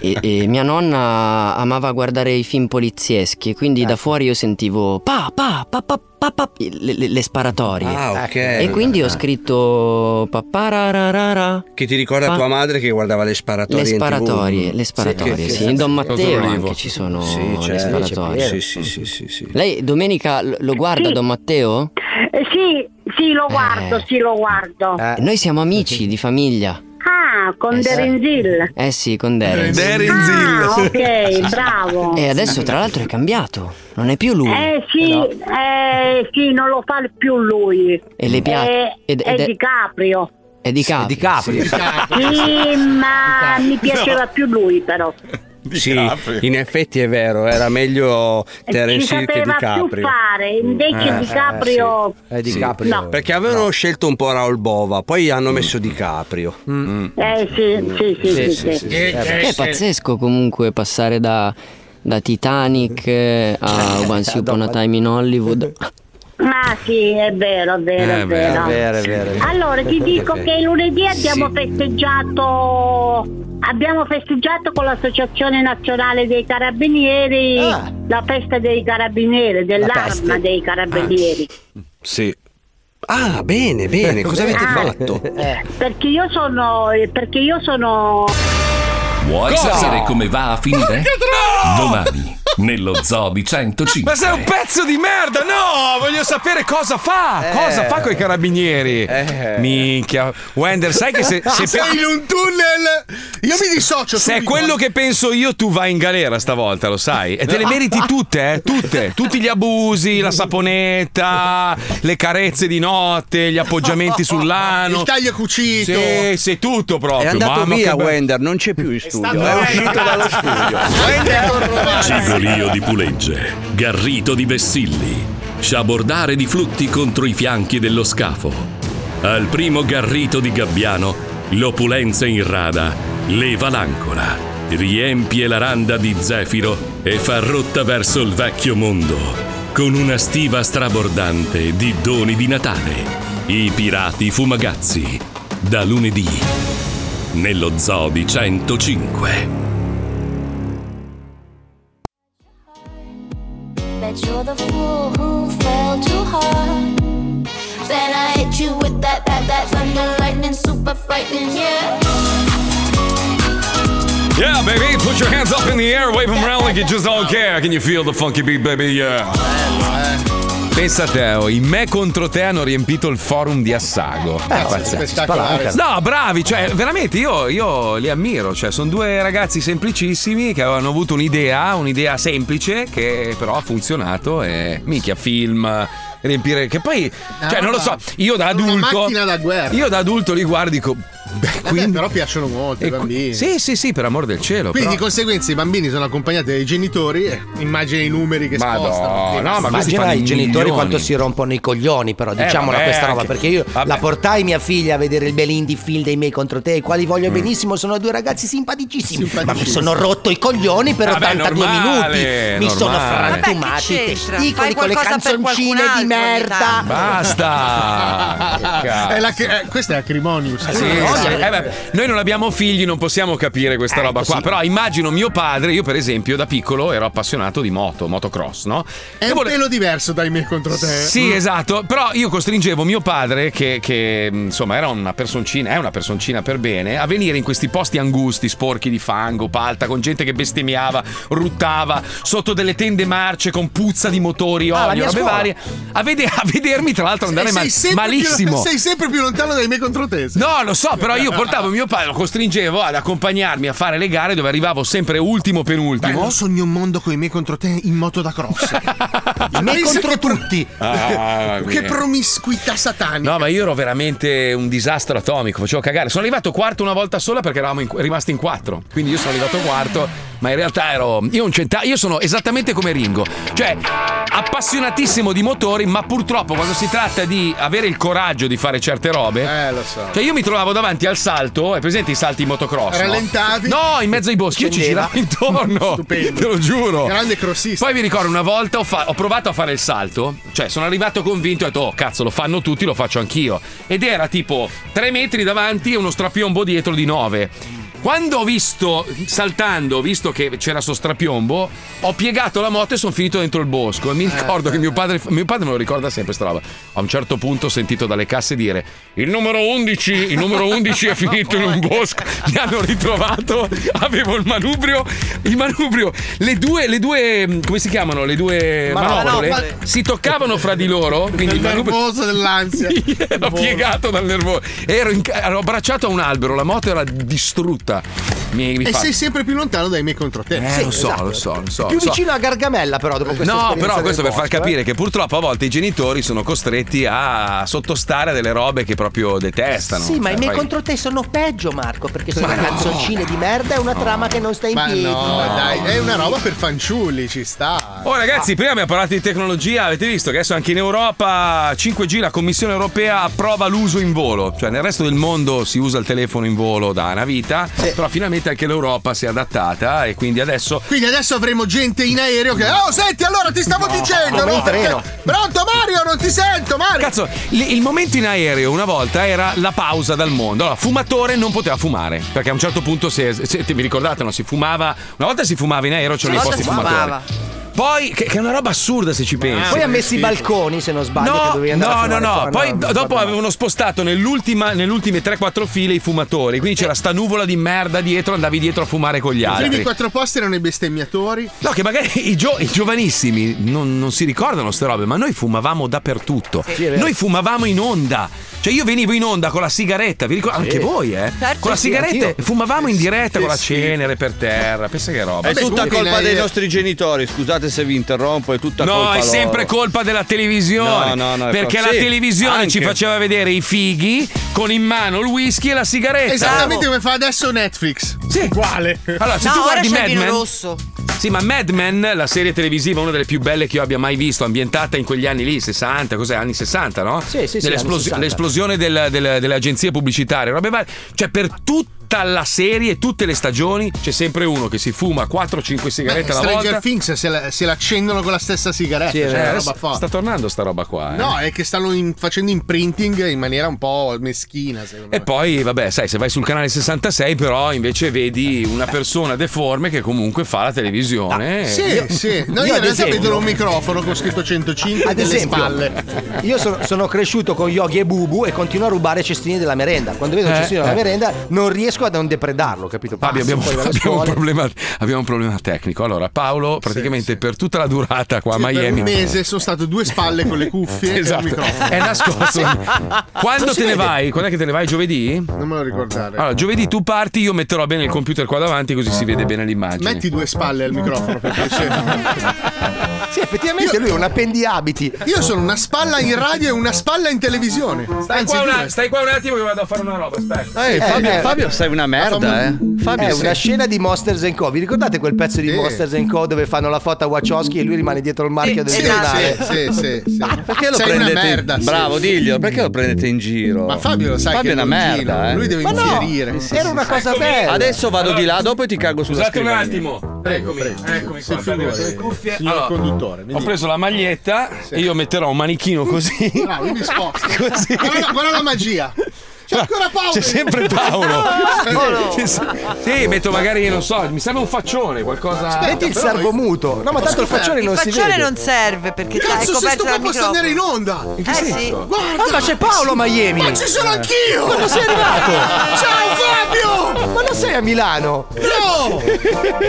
e- e mia nonna amava guardare i film polizieschi, quindi
Ah.
da fuori io sentivo pa pa pa pa pa, pa, le, le- le sparatorie. Ecco.
Ah, ok.
E quindi ho scritto pa pa ra ra ra ra.
Che ti ricorda
Pa-
tua madre che guardava le sparatorie?
Ah. Le
in TV?
sparatorie, le sparatorie, sì, in Don Matteo anche ci sono
Sì,
le
certo.
sparatorie.
Sì, sì, sì, sì, sì.
Lei domenica l- lo guarda
Sì.
Don Matteo?
Eh, sì, sì, lo guardo,
Eh.
sì, lo guardo.
Eh.
Noi siamo amici di famiglia.
Ah, con
Eh, sì.
Derin Zill.
Eh sì, con Darren.
Darren Zill. Ah, ok, bravo.
E adesso tra l'altro è cambiato, non è più lui.
Eh sì, eh, sì, non lo fa più lui.
E le piace-
Eh,
ed-
è
ed-
Di Caprio.
È di Capri. Di <laughs>
Sì, ma mi piaceva più lui però.
Sì, in effetti è vero, era meglio
Ci
Terence Hill che Di
Eh, sapeva più
Caprio.
fare, invece
Eh,
Di Caprio...
eh, sì.
Sì.
Sì.
No.
Perché avevano scelto un po' Raul Bova, poi
Mm.
hanno messo Di Caprio.
Eh sì, sì, sì, sì. sì, Eh, sì.
Eh, Perché è pazzesco comunque passare da, da Titanic eh, <laughs> a Once Upon a Time in <laughs> Hollywood.
Ah sì, è vero, è vero,
Eh,
è
è
vero.
vero, è vero, è vero, è vero.
Allora ti dico che lunedì abbiamo festeggiato abbiamo festeggiato con l'Associazione Nazionale dei Carabinieri la festa dei carabinieri, dell'arma
peste.
Ah,
dei carabinieri.
Sì. Ah, bene, bene, cosa avete
Ah.
fatto?
Eh.
Perché io sono eh, perché io sono
Vuoi
Cosa?
sapere come va a
<laughs>
finire? Domani, nello Zobi 105.
Ma sei un pezzo di merda! No! Voglio sapere cosa fa!
Eh.
Cosa fa coi carabinieri? Minchia. Wender, sai che se. <laughs> se
sei in un tunnel, io mi dissocio.
Se è
subito.
quello che penso io, tu vai in galera stavolta, lo sai. E te le
No.
meriti tutte,
<laughs>
eh? Tutte. Tutti gli abusi, la saponetta, le carezze di notte,
<laughs>
gli appoggiamenti sull'ano.
Il taglio cucito.
Sì, sì, tutto proprio.
È andato
Mamma,
via
che be-
Wender, non c'è più in studio. eh. È uscito dallo studio.
Cigolio di Pulegge, Garrito di Vessilli, sciabordare di flutti contro i fianchi dello scafo. Al primo Garrito di Gabbiano, l'opulenza in rada, leva l'ancora, riempie la randa di zefiro e fa rotta verso il vecchio mondo, con una stiva strabordante di doni di Natale. I pirati fumagazzi, da lunedì, nello Zobi 105.
Bet you're the fool who fell too hard. Then I hit you with that, that, that thunder lightning, super frightening, yeah.
Yeah, baby, put your hands up in the air, wave them around like you just don't care. Can you feel the funky beat, baby? Yeah. Pensa a te, oh, i me contro te hanno riempito il forum di Assago.
Eh,
È pazzesco.
spettacolare.
No, bravi, cioè, veramente io, io li ammiro. Cioè, sono due ragazzi semplicissimi che avevano avuto un'idea, un'idea semplice che però ha funzionato e mica film. Riempire, che poi, cioè, non lo so, io da adulto.
macchina da guerra.
Io da adulto li guardo e dico. Beh,
Vabbè, però piacciono molto i bambini.
Sì, sì, sì, per amor del cielo.
Quindi di
però-
conseguenza i bambini sono accompagnati dai genitori, eh, immagina i numeri che
Madonna,
spostano.
no, ma questi
Immagina
fanno
i
i
genitori
milioni.
quanto si rompono i coglioni, però
Eh,
diciamola
vabbè,
questa roba,
anche-
perché io
vabbè.
la portai mia figlia a vedere il Belindi film dei miei contro te, i quali voglio
Mm.
benissimo, sono due ragazzi simpaticissimi, ma mi sono rotto i coglioni per
Vabbè,
82
normale,
minuti, mi sono
normale.
frantumati i
Vabbè, che c'entra? Fai
testicoli con le
qualcosa per
canzoncine
qualcun
di
altro ogni
merda.
tanto.
Basta!
Ah, È la- eh, questa è Acrimonius.
Sì, sì, possiamo- eh beh, noi non abbiamo figli, non possiamo capire questa roba qua. Però immagino mio padre, io per esempio da piccolo ero appassionato di moto, motocross, no?
È un pelo diverso dai miei contro te. Mm.
Sì, esatto. Però io costringevo mio padre, che, che, insomma era una personcina, è una personcina per bene, a venire in questi posti angusti, sporchi di fango, palta, con gente che bestemmiava, ruttava, sotto delle tende marce, con puzza di motori,
Ah, la
olio,
mia
robe
scuola.
varie. A, vede- a vedermi, tra l'altro, andare
E
ma-
sei sempre
malissimo.
Più, sei sempre più lontano dai miei contro te.
No, lo so, però io portavo mio padre, lo costringevo ad accompagnarmi a fare le gare dove arrivavo sempre ultimo penultimo.
Beh, non sogno un mondo con i miei contro te in moto da
<laughs>
cross. I miei contro tutti.
Ah,
<laughs> che
mia.
promiscuità satanica.
No, ma io ero veramente un disastro atomico, facevo cagare. Sono arrivato quarto una volta sola perché eravamo in- rimasti in quattro. Quindi io sono arrivato quarto, ma in realtà ero. Io un centa- Io sono esattamente come Ringo. Cioè, appassionatissimo di motori, ma purtroppo quando si tratta di avere il coraggio di fare certe robe.
Eh, lo so.
Cioè, io mi trovavo davanti al salto, hai presente i salti in motocross? no? <laughs>
Rallentavi.
No, Oh, in mezzo ai boschi, io ci
Scendeva.
giravo intorno.
Stupendo.
Te lo giuro.
Grande crossista.
Poi mi ricordo una volta ho, fa- ho provato a fare il salto, cioè sono arrivato convinto e ho detto, oh cazzo, lo fanno tutti, lo faccio anch'io. Ed era tipo 3 metri davanti e uno strapiombo dietro di 9. Quando ho visto, saltando, ho visto che c'era sto strapiombo, ho piegato la moto e sono finito dentro il bosco. E
Eh.
mi ricordo che mio padre, mio padre me lo ricorda sempre sta roba. A un certo punto ho sentito dalle casse dire: Il numero 11, il numero
<laughs>
11 è finito in un bosco. Mi hanno ritrovato, avevo il manubrio. Il manubrio, le due, le due mh, come si chiamano? Le due
Manovre.
manovre
Manovre.
si toccavano fra di loro. Quindi
Del
il manubrio.
nervoso
<laughs>
dell'ansia.
Ero piegato dal nervoso. Ero, in- ero abbracciato a un albero, la moto era distrutta. Mi, mi
E
Eh,
fa-
sei sempre più lontano dai miei contro te. esatto.
Eh, lo so, lo so, lo so.
esatto. Più
lo so.
vicino a Gargamella, però, dopo questa
No,
esperienza
però
del
questo per far
bosco, eh.
capire che purtroppo a volte i genitori sono costretti a sottostare a delle robe che proprio detestano.
Sì, ma
Cioè,
i miei
poi-
contro te sono peggio, Marco, perché sono
Ma no.
canzoncine di merda e una
No.
trama che non sta in
Ma
piedi.
no, ma dai, è una roba per fanciulli, ci sta.
Oh ragazzi, prima abbiamo parlato di tecnologia, avete visto che adesso anche in Europa 5G la Commissione Europea approva l'uso in volo, cioè nel resto del mondo si usa il telefono in volo da una vita, però finalmente anche l'Europa si è adattata e quindi adesso
Quindi adesso avremo gente in aereo che. Oh, senti, allora ti stavo
No,
dicendo.
come in
perché-
treno.
Pronto, Mario? Non ti sento, Mario.
Cazzo, il, il momento in aereo una volta era la pausa dal mondo. Allora, fumatore non poteva fumare, perché a un certo punto, se, se- vi ricordate, no? si fumava. Una volta si fumava in aereo, c'erano
Una
i posti
volta si
fumatori.
fumava.
Poi, che, che è una roba assurda se ci pensi.
Poi ha messo i balconi, se non sbaglio, che dovevi andare a
No, no,
fumare
no.
fuori.
Poi
no,
do- dopo avevano spostato nell'ultima, nelle ultime 3-4 file i fumatori. Quindi c'era sta nuvola di merda dietro, andavi dietro a fumare con gli
I primi
altri.
quattro posti erano i bestemmiatori.
No, che magari i, gio- i giovanissimi non, non si ricordano ste robe, ma noi fumavamo dappertutto.
Sì, è vero.
noi fumavamo in onda. Cioè, io venivo in onda con la sigaretta, vi ricordo, anche voi, eh?
Certo,
con la
sì,
sigaretta,
anch'io.
fumavamo in diretta
sì,
con la
sì.
cenere per terra. Pensa che roba.
È tutta colpa dei
nostri
nostri genitori, scusate se vi interrompo, è tutta colpa
No, è sempre
loro.
colpa della televisione.
No, no, no, è
perché
colpa-
la
sì,
televisione ci
anche.
faceva vedere i fighi con in mano il whisky e la sigaretta.
Esattamente come fa adesso Netflix.
Sì.
Quale?
Allora, se tu guardi Mad Men, Sì, ma Mad Men, la serie televisiva, una delle più belle che io abbia mai visto, ambientata in quegli anni lì, 60, cos'è? Anni 60, no?
Sì, sì, sì,
Nell'esplos-
anni 60.
L'esplosione del- del- delle agenzie pubblicitarie, robe varie. Cioè, per tutta la serie, tutte le stagioni, c'è sempre uno che si fuma 4-5 sigarette alla
Stranger
volta.
Things se la, se la accendono con la stessa sigaretta.
Sì,
cioè,
è
è una
vero.
roba forte.
Sta tornando sta roba qua. eh.
No, è che stanno in- facendo imprinting in maniera un po' meschina, secondo
E poi, vabbè, sai, se vai sul canale 66, però invece vedi una persona deforme che comunque fa la televisione.
me. Ah, Sì, sì. No, io in realtà vedo un microfono con scritto 105
Ad
delle
esempio,
spalle.
io sono, sono cresciuto con Yogi e Bubu e continuo a rubare cestini della merenda. Quando vedo il
Eh,
cestino della
eh.
merenda non riesco a non depredarlo, capito?
Fabio, abbiamo,
Passo poi dalle
abbiamo un
scuole.
problema, abbiamo un problema tecnico. Allora, Paolo, praticamente per tutta la durata qua a
Per
Miami.
un mese sono stato due spalle con le cuffie
Esatto.
e il microfono.
È nascosto. Ah, Quando
Non si
te ne
vede.
vai? Quando è che te ne vai? Giovedì?
Non me lo ricordare.
Allora, giovedì tu parti, io metterò bene il computer qua davanti così si vede bene l'immagine.
Metti due spalle al microfono per
Sì, effettivamente lui è un appendiabiti.
Io sono una spalla in radio e una spalla in televisione.
Stai
Anzi,
qua, un,
due.
a- stai qua un attimo che vado a fare una roba, aspetta.
Eh, Fabio, Fabio, sei una merda, eh. Fabio,
è
sei-
una scena di Monsters Co. Vi ricordate quel pezzo di Monsters Co. dove fanno la foto a Wachowski e lui rimane dietro il marchio del
sì,
giornale?
sì, sì, sì.
Perché lo
Sei una
prendete?
merda, sì.
Bravo, diglio, perché lo prendete in giro?
Ma Fabio lo sai
Fabio
che
è una
non gira,
merda, eh.
lui deve Ma no, infierire. sì,
era una cosa bella.
Adesso vado
Allora,
di là, dopo ti cago sulla
Scusate un
scrivania.
attimo.
Prego,
Eccomi,
prego.
eccomi
Si
qua. prendete
figuri.
le cuffie.
Signor conduttore, mi
ho
dica.
preso la maglietta e io metterò un manichino così. <laughs>
Bravo, io mi sposto. Guarda, guarda la magia. C'è ancora Paolo! Oh,
C'è
<laughs>
sempre Paolo.
Paolo.
C'è se- Sì, metto magari, non so, mi serve un faccione, qualcosa.
Metti il servo muto. No, ma tanto il faccione non si
Il faccione
vede.
non serve perché
Cazzo,
è
se sto
coperto dal
qua posso
microfono.
andare in onda! In che
Eh
senso?
sì.
Guarda!
Ah, ma c'è Paolo a Miami!
Ma ci sono anch'io!
Quando sei arrivato?
Ciao Fabio!
Ma non sei a Milano?
No!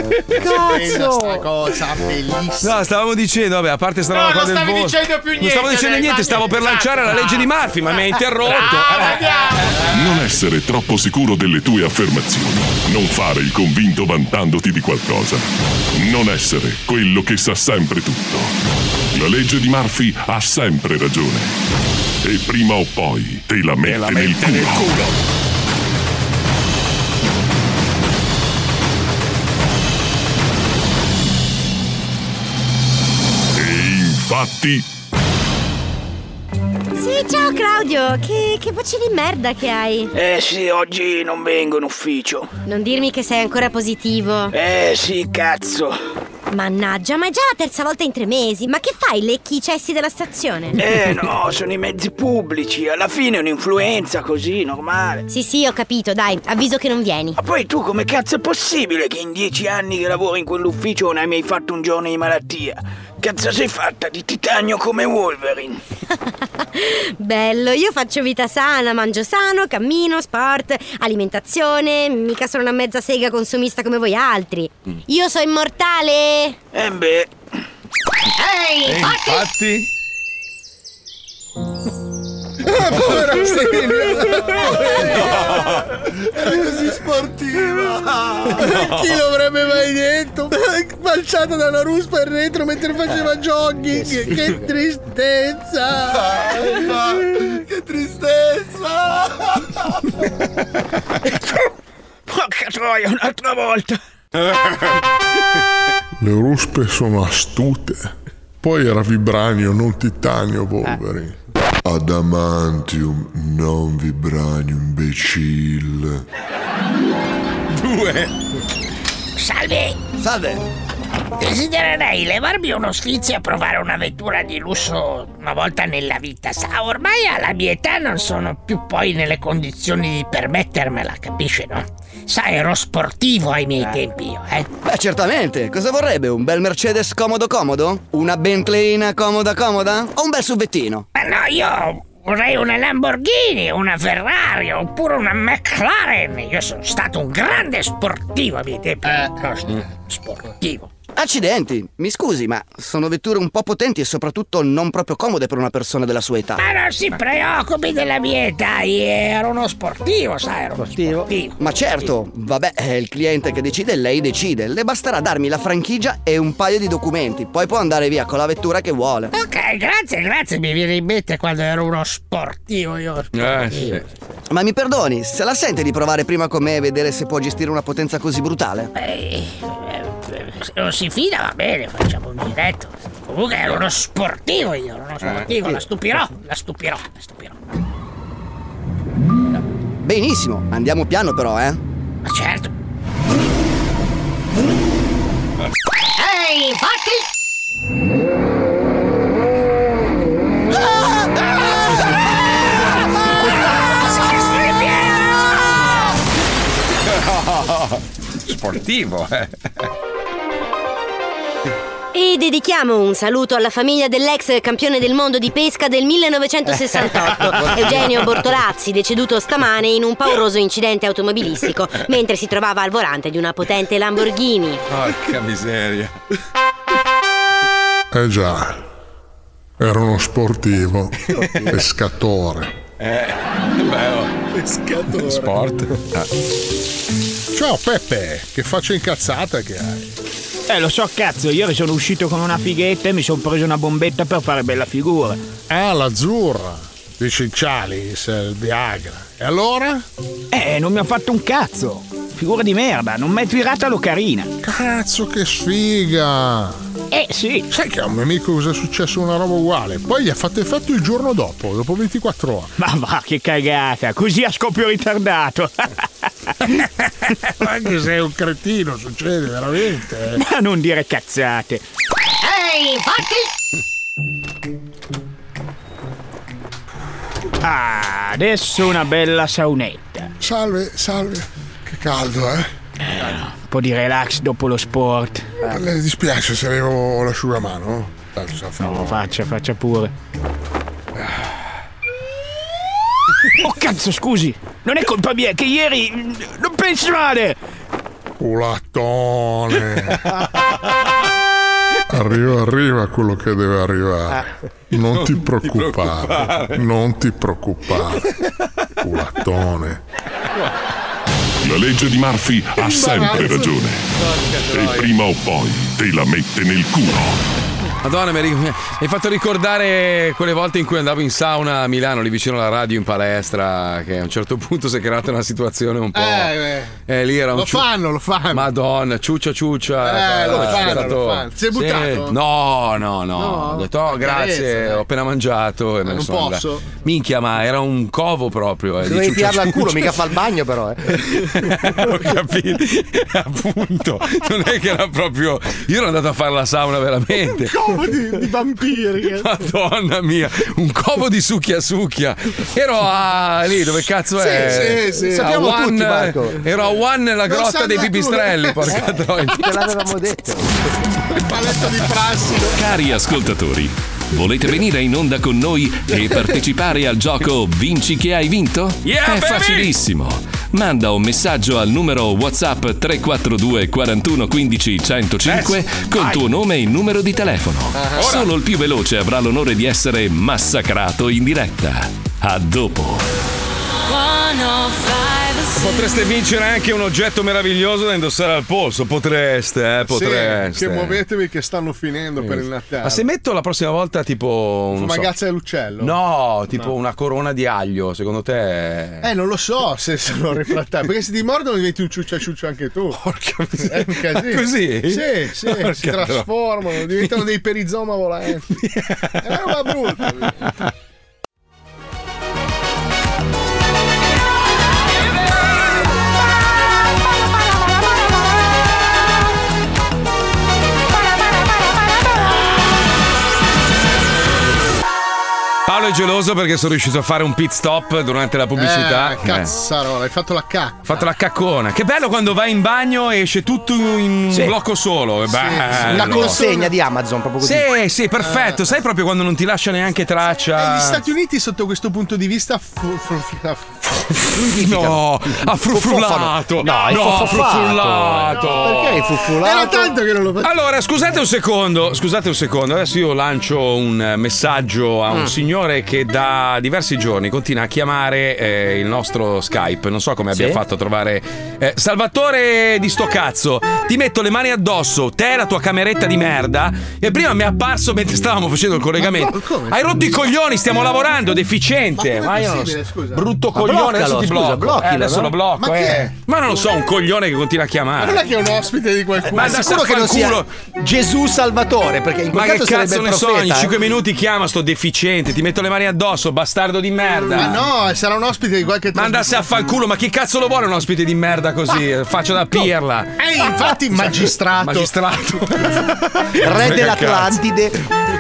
Cazzo!
Sta cosa bellissima!
No, stavamo dicendo, vabbè, a parte stavamo
No,
qua
non
del
stavi
voto.
dicendo più
Non
niente,
stavo dicendo
dai, esatto. Ah,
niente,
Fabio.
stavo per lanciare la legge di Murphy, ma mi ha interrotto.
Non essere troppo sicuro delle tue affermazioni. Non fare il convinto vantandoti di qualcosa. Non essere quello che sa sempre tutto. La legge di Murphy ha sempre ragione. E prima o poi te la mette, nel, culo. E infatti
Sì, ciao Claudio, che, che voce di merda che hai.
Eh sì, oggi non vengo in ufficio.
Non dirmi che sei ancora positivo.
Eh sì, cazzo.
Mannaggia, ma è già la terza volta in tre mesi. Ma che fai, lecchi i cessi della stazione?
Eh no, sono i mezzi pubblici, alla fine è un'influenza così, normale.
Sì, sì, ho capito, dai, avviso che non vieni.
Ma poi tu come cazzo è possibile che in dieci anni che lavoro in quell'ufficio non hai mai fatto un giorno di malattia? Cazzo sei fatta di titanio come Wolverine?
Bello, io faccio vita sana, mangio sano, cammino, sport, alimentazione, mica sono una mezza sega consumista come voi altri.
Mm.
Io sono immortale!
Eh beh.
Ehi,
infatti.
Povera
<laughs>
Era così sportiva! Chi lo avrebbe mai detto? Falciata dalla ruspa in retro mentre faceva jogging! Che <laughs> tristezza! Che tristezza!
<laughs> Porca troia,
<laughs>
un'altra volta.
Le ruspe sono astute. Poi era vibranio, non titanio, Wolverine. Adamantium, non vibranio, imbecille.
Due.
Salve!
Salve!
Desidererei levarmi uno sfizio e provare una vettura di lusso una volta nella vita. Sa, ormai alla mia età non sono più poi nelle condizioni di permettermela, capisci, no? Sa, ero sportivo ai miei tempi io, eh.
Beh, certamente. Cosa vorrebbe? Un bel Mercedes comodo comodo? Una Bentleyina comoda comoda? O un bel suvettino?
Ma Eh, no, io vorrei una Lamborghini, una Ferrari oppure una McLaren. Io sono stato un grande sportivo ai miei tempi. sportivo.
Accidenti, mi scusi, ma sono vetture un po' potenti e soprattutto non proprio comode per una persona della sua età.
Ma non si preoccupi della mia età, io ero uno sportivo, sai, ero uno sportivo.
Ma certo, vabbè, è il cliente che decide e lei decide. Le basterà darmi la franchigia e un paio di documenti, poi può andare via con la vettura che vuole.
Ok, eh, grazie, grazie, mi viene in mente quando ero uno sportivo io.
Eh, sì.
Ma mi perdoni, se la sente di provare prima con me e vedere se può gestire una potenza così brutale?
Se non Eh, si fida va bene, facciamo un diretto. Comunque ero uno sportivo io, ero uno sportivo,
Eh.
la stupirò, la stupirò, la stupirò.
Benissimo, andiamo piano però, eh.
Ma certo.
Ehi, fatti!
Ah!
<laughs> Sportivo, eh.
E dedichiamo un saluto alla famiglia dell'ex campione del mondo di pesca del 1968, Eugenio Bortolazzi, deceduto stamane in un pauroso incidente automobilistico mentre si trovava al volante di una potente Lamborghini.
Porca miseria.
Eh già, era uno sportivo, pescatore.
Eh, bello.
Pescatore.
Sport.
Ciao Peppe, che faccia incazzata che hai.
Eh lo so cazzo, ieri sono uscito con una fighetta e mi sono preso una bombetta per fare bella figura.
Ah, l'azzurra. Dici il Cialis, il Viagra. E allora?
Eh, non mi ha fatto un cazzo. Figura di merda, non mi è tirata l'ocarina.
Cazzo che sfiga!
Eh sì!
Sai che a un mio amico cosa è successo una roba uguale? Poi gli ha fatto effetto il giorno dopo, dopo 24 ore.
Ma va, che cagata, così a scoppio
<laughs>
ritardato.
Eh, Ma che sei un cretino, succede veramente. eh.
Ma non dire cazzate.
Ehi, fatti!
Ah, adesso una bella saunetta.
Salve, salve. Che caldo, eh? Eh,
Un po' di relax dopo lo sport.
Le dispiace se levo l'asciugamano? Tanto sa fare.
No, faccia, faccia pure. Oh cazzo, scusi! Non è colpa mia che ieri. mm, Non pensi male!
Culattone. Arriva, arriva quello che deve arrivare. Non, ti preoccupare.
preoccupare.
Non ti preoccupare. Culattone.
La legge di Murphy ha
Imbarazzo.
sempre ragione. E prima o poi te la mette nel culo.
Madonna, mi hai- mi hai fatto ricordare quelle volte in cui andavo in sauna a Milano, lì vicino alla radio in palestra, che a un certo punto si è creata una situazione un po'.
Eh,
Eh, lì era un
Lo
ciu-
fanno, lo fanno.
Madonna, ciuccia ciuccia.
Eh, lo
guarda,
fanno,
è stato-
lo fanno. Si è
Sì.
buttato?
No, no, no.
No?
Ho detto, oh, grazie,
Carezza, Eh,
ho appena mangiato e me ne
non
sono
posso.
andato. Minchia, ma era un covo proprio. Eh, di
Dovevi
ciuccia
tirarla al culo,
ciuccia.
mica fa il bagno, però. Eh.
<laughs> Ho
<laughs>
capito. Appunto, non è che era proprio. Io ero andato a fare la sauna veramente.
Comodi di vampiri.
Madonna mia, un covo di succhia succhia. Ero a lì dove cazzo
Sì,
è?
sì, sì.
A
Sappiamo
One-
tutti, Marco.
Ero a One nella
Lo
grotta
sanno
dei
tutti.
pipistrelli,
Eh.
porca troia.
Eh, <laughs> Te l'avevamo detto.
Paletto di prassi.
Cari ascoltatori, volete venire in onda con noi e partecipare al gioco Vinci che hai vinto?
Yeah,
È
baby!
facilissimo. Manda un messaggio al numero WhatsApp 342 41 15 105 col tuo nome e numero di telefono.
Ah.
Solo il più veloce avrà l'onore di essere massacrato in diretta. A dopo.
Potreste vincere anche un oggetto meraviglioso da indossare al polso. Potreste, eh, potreste.
Sì, che muovetevi che stanno finendo per il Natale.
Ma se metto la prossima volta tipo. non
Una
so,
gazza dell'uccello.
No, tipo
No.
una corona di aglio, secondo te?
Eh, non lo so se sono rifrattari. perché se ti mordono diventi un ciuccia-ciuccio anche tu. Porca miseria. È un casino.
Ah, <laughs> così?
Sì, sì,
Porca
si trasformano, diventano dei perizoma
<laughs>
volanti. È una roba brutta.
Paolo è geloso perché sono riuscito a fare un pit stop durante la pubblicità.
Eh,
Eh,
cazzarola, hai fatto la cacca.
Ho fatto la caccona. Che bello quando vai in bagno e esce tutto in un
Sì.
blocco solo. Eh, È bello.
Una consegna di Amazon, proprio così.
Sì, sì, perfetto. Sai proprio quando non ti lascia neanche traccia.
Gli Stati Uniti sotto questo punto di vista fu- fu- fu-
No, ha frufrullato.
No, è
ha
fuffafato.
frufrullato.
Eh, No, perché hai fruffulato? Era tanto che non lo facevo.
Allora, scusate un secondo, scusate un secondo. Adesso io lancio un eh, messaggio a un
Mm.
signore che da diversi giorni continua a chiamare eh, il nostro Skype. Non so come abbia
Sì.
fatto a trovare eh, Salvatore di sto cazzo. Ti metto le mani addosso, te e la tua cameretta di merda. E prima mi è apparso mentre stavamo facendo il collegamento.
Ma come?
Hai rotto i coglioni, stiamo lavorando, deficiente.
Ma com'è
io non
possibile,
so.
scusa?
Brutto
Ma
coglione, adesso
bloccalo,
ti
scusa,
blocco.
bloccalo,
Eh, adesso
no?
lo blocco,
Ma chi
eh.
è?
Ma non lo so, un coglione che continua a
Ma
chiamare.
non è che è un ospite di qualcuno.
Ma sicuro che non sia Gesù Salvatore, perché in
Ma
quel
che
caso sarebbe
cazzo
il
ne so,
profeta,
ogni
eh.
5 minuti chiama sto deficiente, ti metto le mani addosso, bastardo di merda.
Ma no, sarà un ospite di qualche
Ma andasse a fanculo, ma chi cazzo lo vuole un ospite di merda così? Faccio da pirla.
Eh, infatti magistrato. <laughs>
Magistrato.
Re
dell'Atlantide.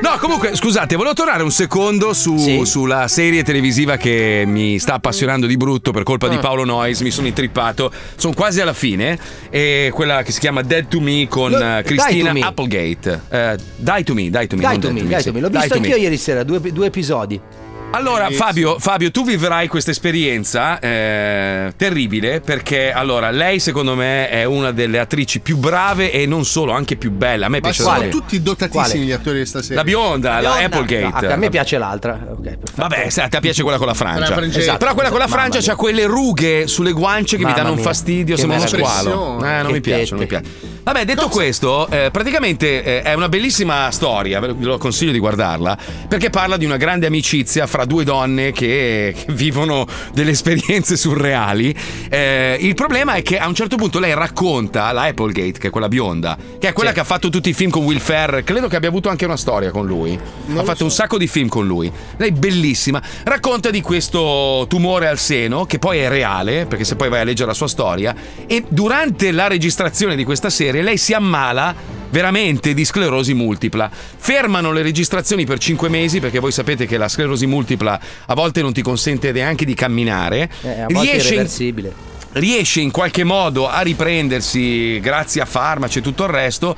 No, comunque, scusate, volevo tornare un secondo su- sulla serie televisiva che mi sta appassionando di brutto per colpa di
Ah.
Paolo Noyes. Mi sono intrippato. Sono quasi alla fine. E quella che si chiama Dead to Me con
Lo-
eh,
Die to
Christina
Me.
Applegate. Eh, die to me, die to me. non
Dai tu
Dead
mi,
to Me,
dai
sì.
tu mi. L'ho
Die
visto
to Me.
anch'io ieri sera, due, due episodi.
Allora, Fabio, Fabio, tu vivrai questa esperienza eh, terribile perché, allora, lei secondo me è una delle attrici più brave e non solo, anche più bella. A me
Ma
piace
sono
la-
tutti dotatissimi
Quale?
gli attori di stasera. Ah,
La bionda, la Applegate.
No, a me piace l'altra. Ok, perfetto.
Vabbè, se a te piace quella con la
Quella
Francia.
francese.
Ah, esatto. Però quella con la
Mamma
Francia
mia.
ha quelle rughe sulle guance che mi
Mamma
danno un
mia.
fastidio,
Che
sembra uno
meraviglia.
squalo. Eh, non
Che
mi piace, non mi
tette.
piace. Vabbè, detto questo, eh, praticamente eh, è una bellissima storia, ve lo- ve lo consiglio di guardarla, perché parla di una grande amicizia fra due donne che, che vivono delle esperienze surreali. Eh, il problema è che a un certo punto lei racconta la Applegate, che è quella bionda, che è quella che ha fatto tutti i film con Will Ferrell, credo che abbia avuto anche una storia con lui. ha fatto un sacco di film con lui. Lei bellissima, racconta di questo tumore al seno che poi è reale, perché se poi vai a leggere la sua storia e durante la registrazione di questa serie lei si ammala veramente di sclerosi multipla. Fermano le registrazioni per 5 mesi perché voi sapete che la sclerosi multipla a volte non ti consente neanche di camminare.
Eh, a volte è
Riesce in-
irreversibile.
riesce in qualche modo a riprendersi grazie a farmaci e tutto il resto.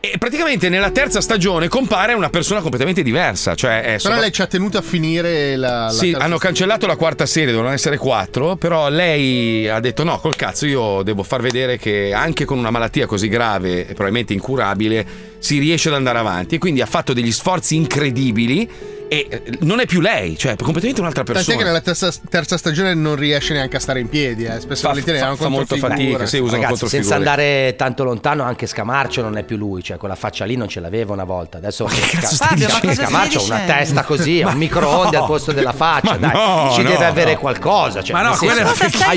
E praticamente nella terza stagione compare una persona completamente diversa. Cioè è
Però
sopra-
lei ci ha tenuto a finire la. la
sì,
terza-
hanno cancellato la quarta serie, dovevano essere quattro, però lei ha detto no, col cazzo io devo far vedere che anche con una malattia così grave e probabilmente incurabile si riesce ad andare avanti e quindi ha fatto degli sforzi incredibili e eh, non è più lei, cioè è completamente un'altra
Tant'è che
persona.
nella terza, terza stagione non riesce neanche a stare in piedi, eh. spesso e volentieri è una controfigura.
Ragazzi, senza andare tanto lontano, anche Scamarcio non è più lui, cioè quella faccia lì non ce l'aveva una volta. Adesso Sca-
stai Fabio, ma cosa
Scamarcio ha
stai
una
dicendo?
testa così, ha
Ma
un microonde
no.
al posto della faccia,
Ma
dai,
no,
ci
no,
deve avere
no.
qualcosa. Cioè,
Ma no,
nel
quella-
senso,
Cosa stai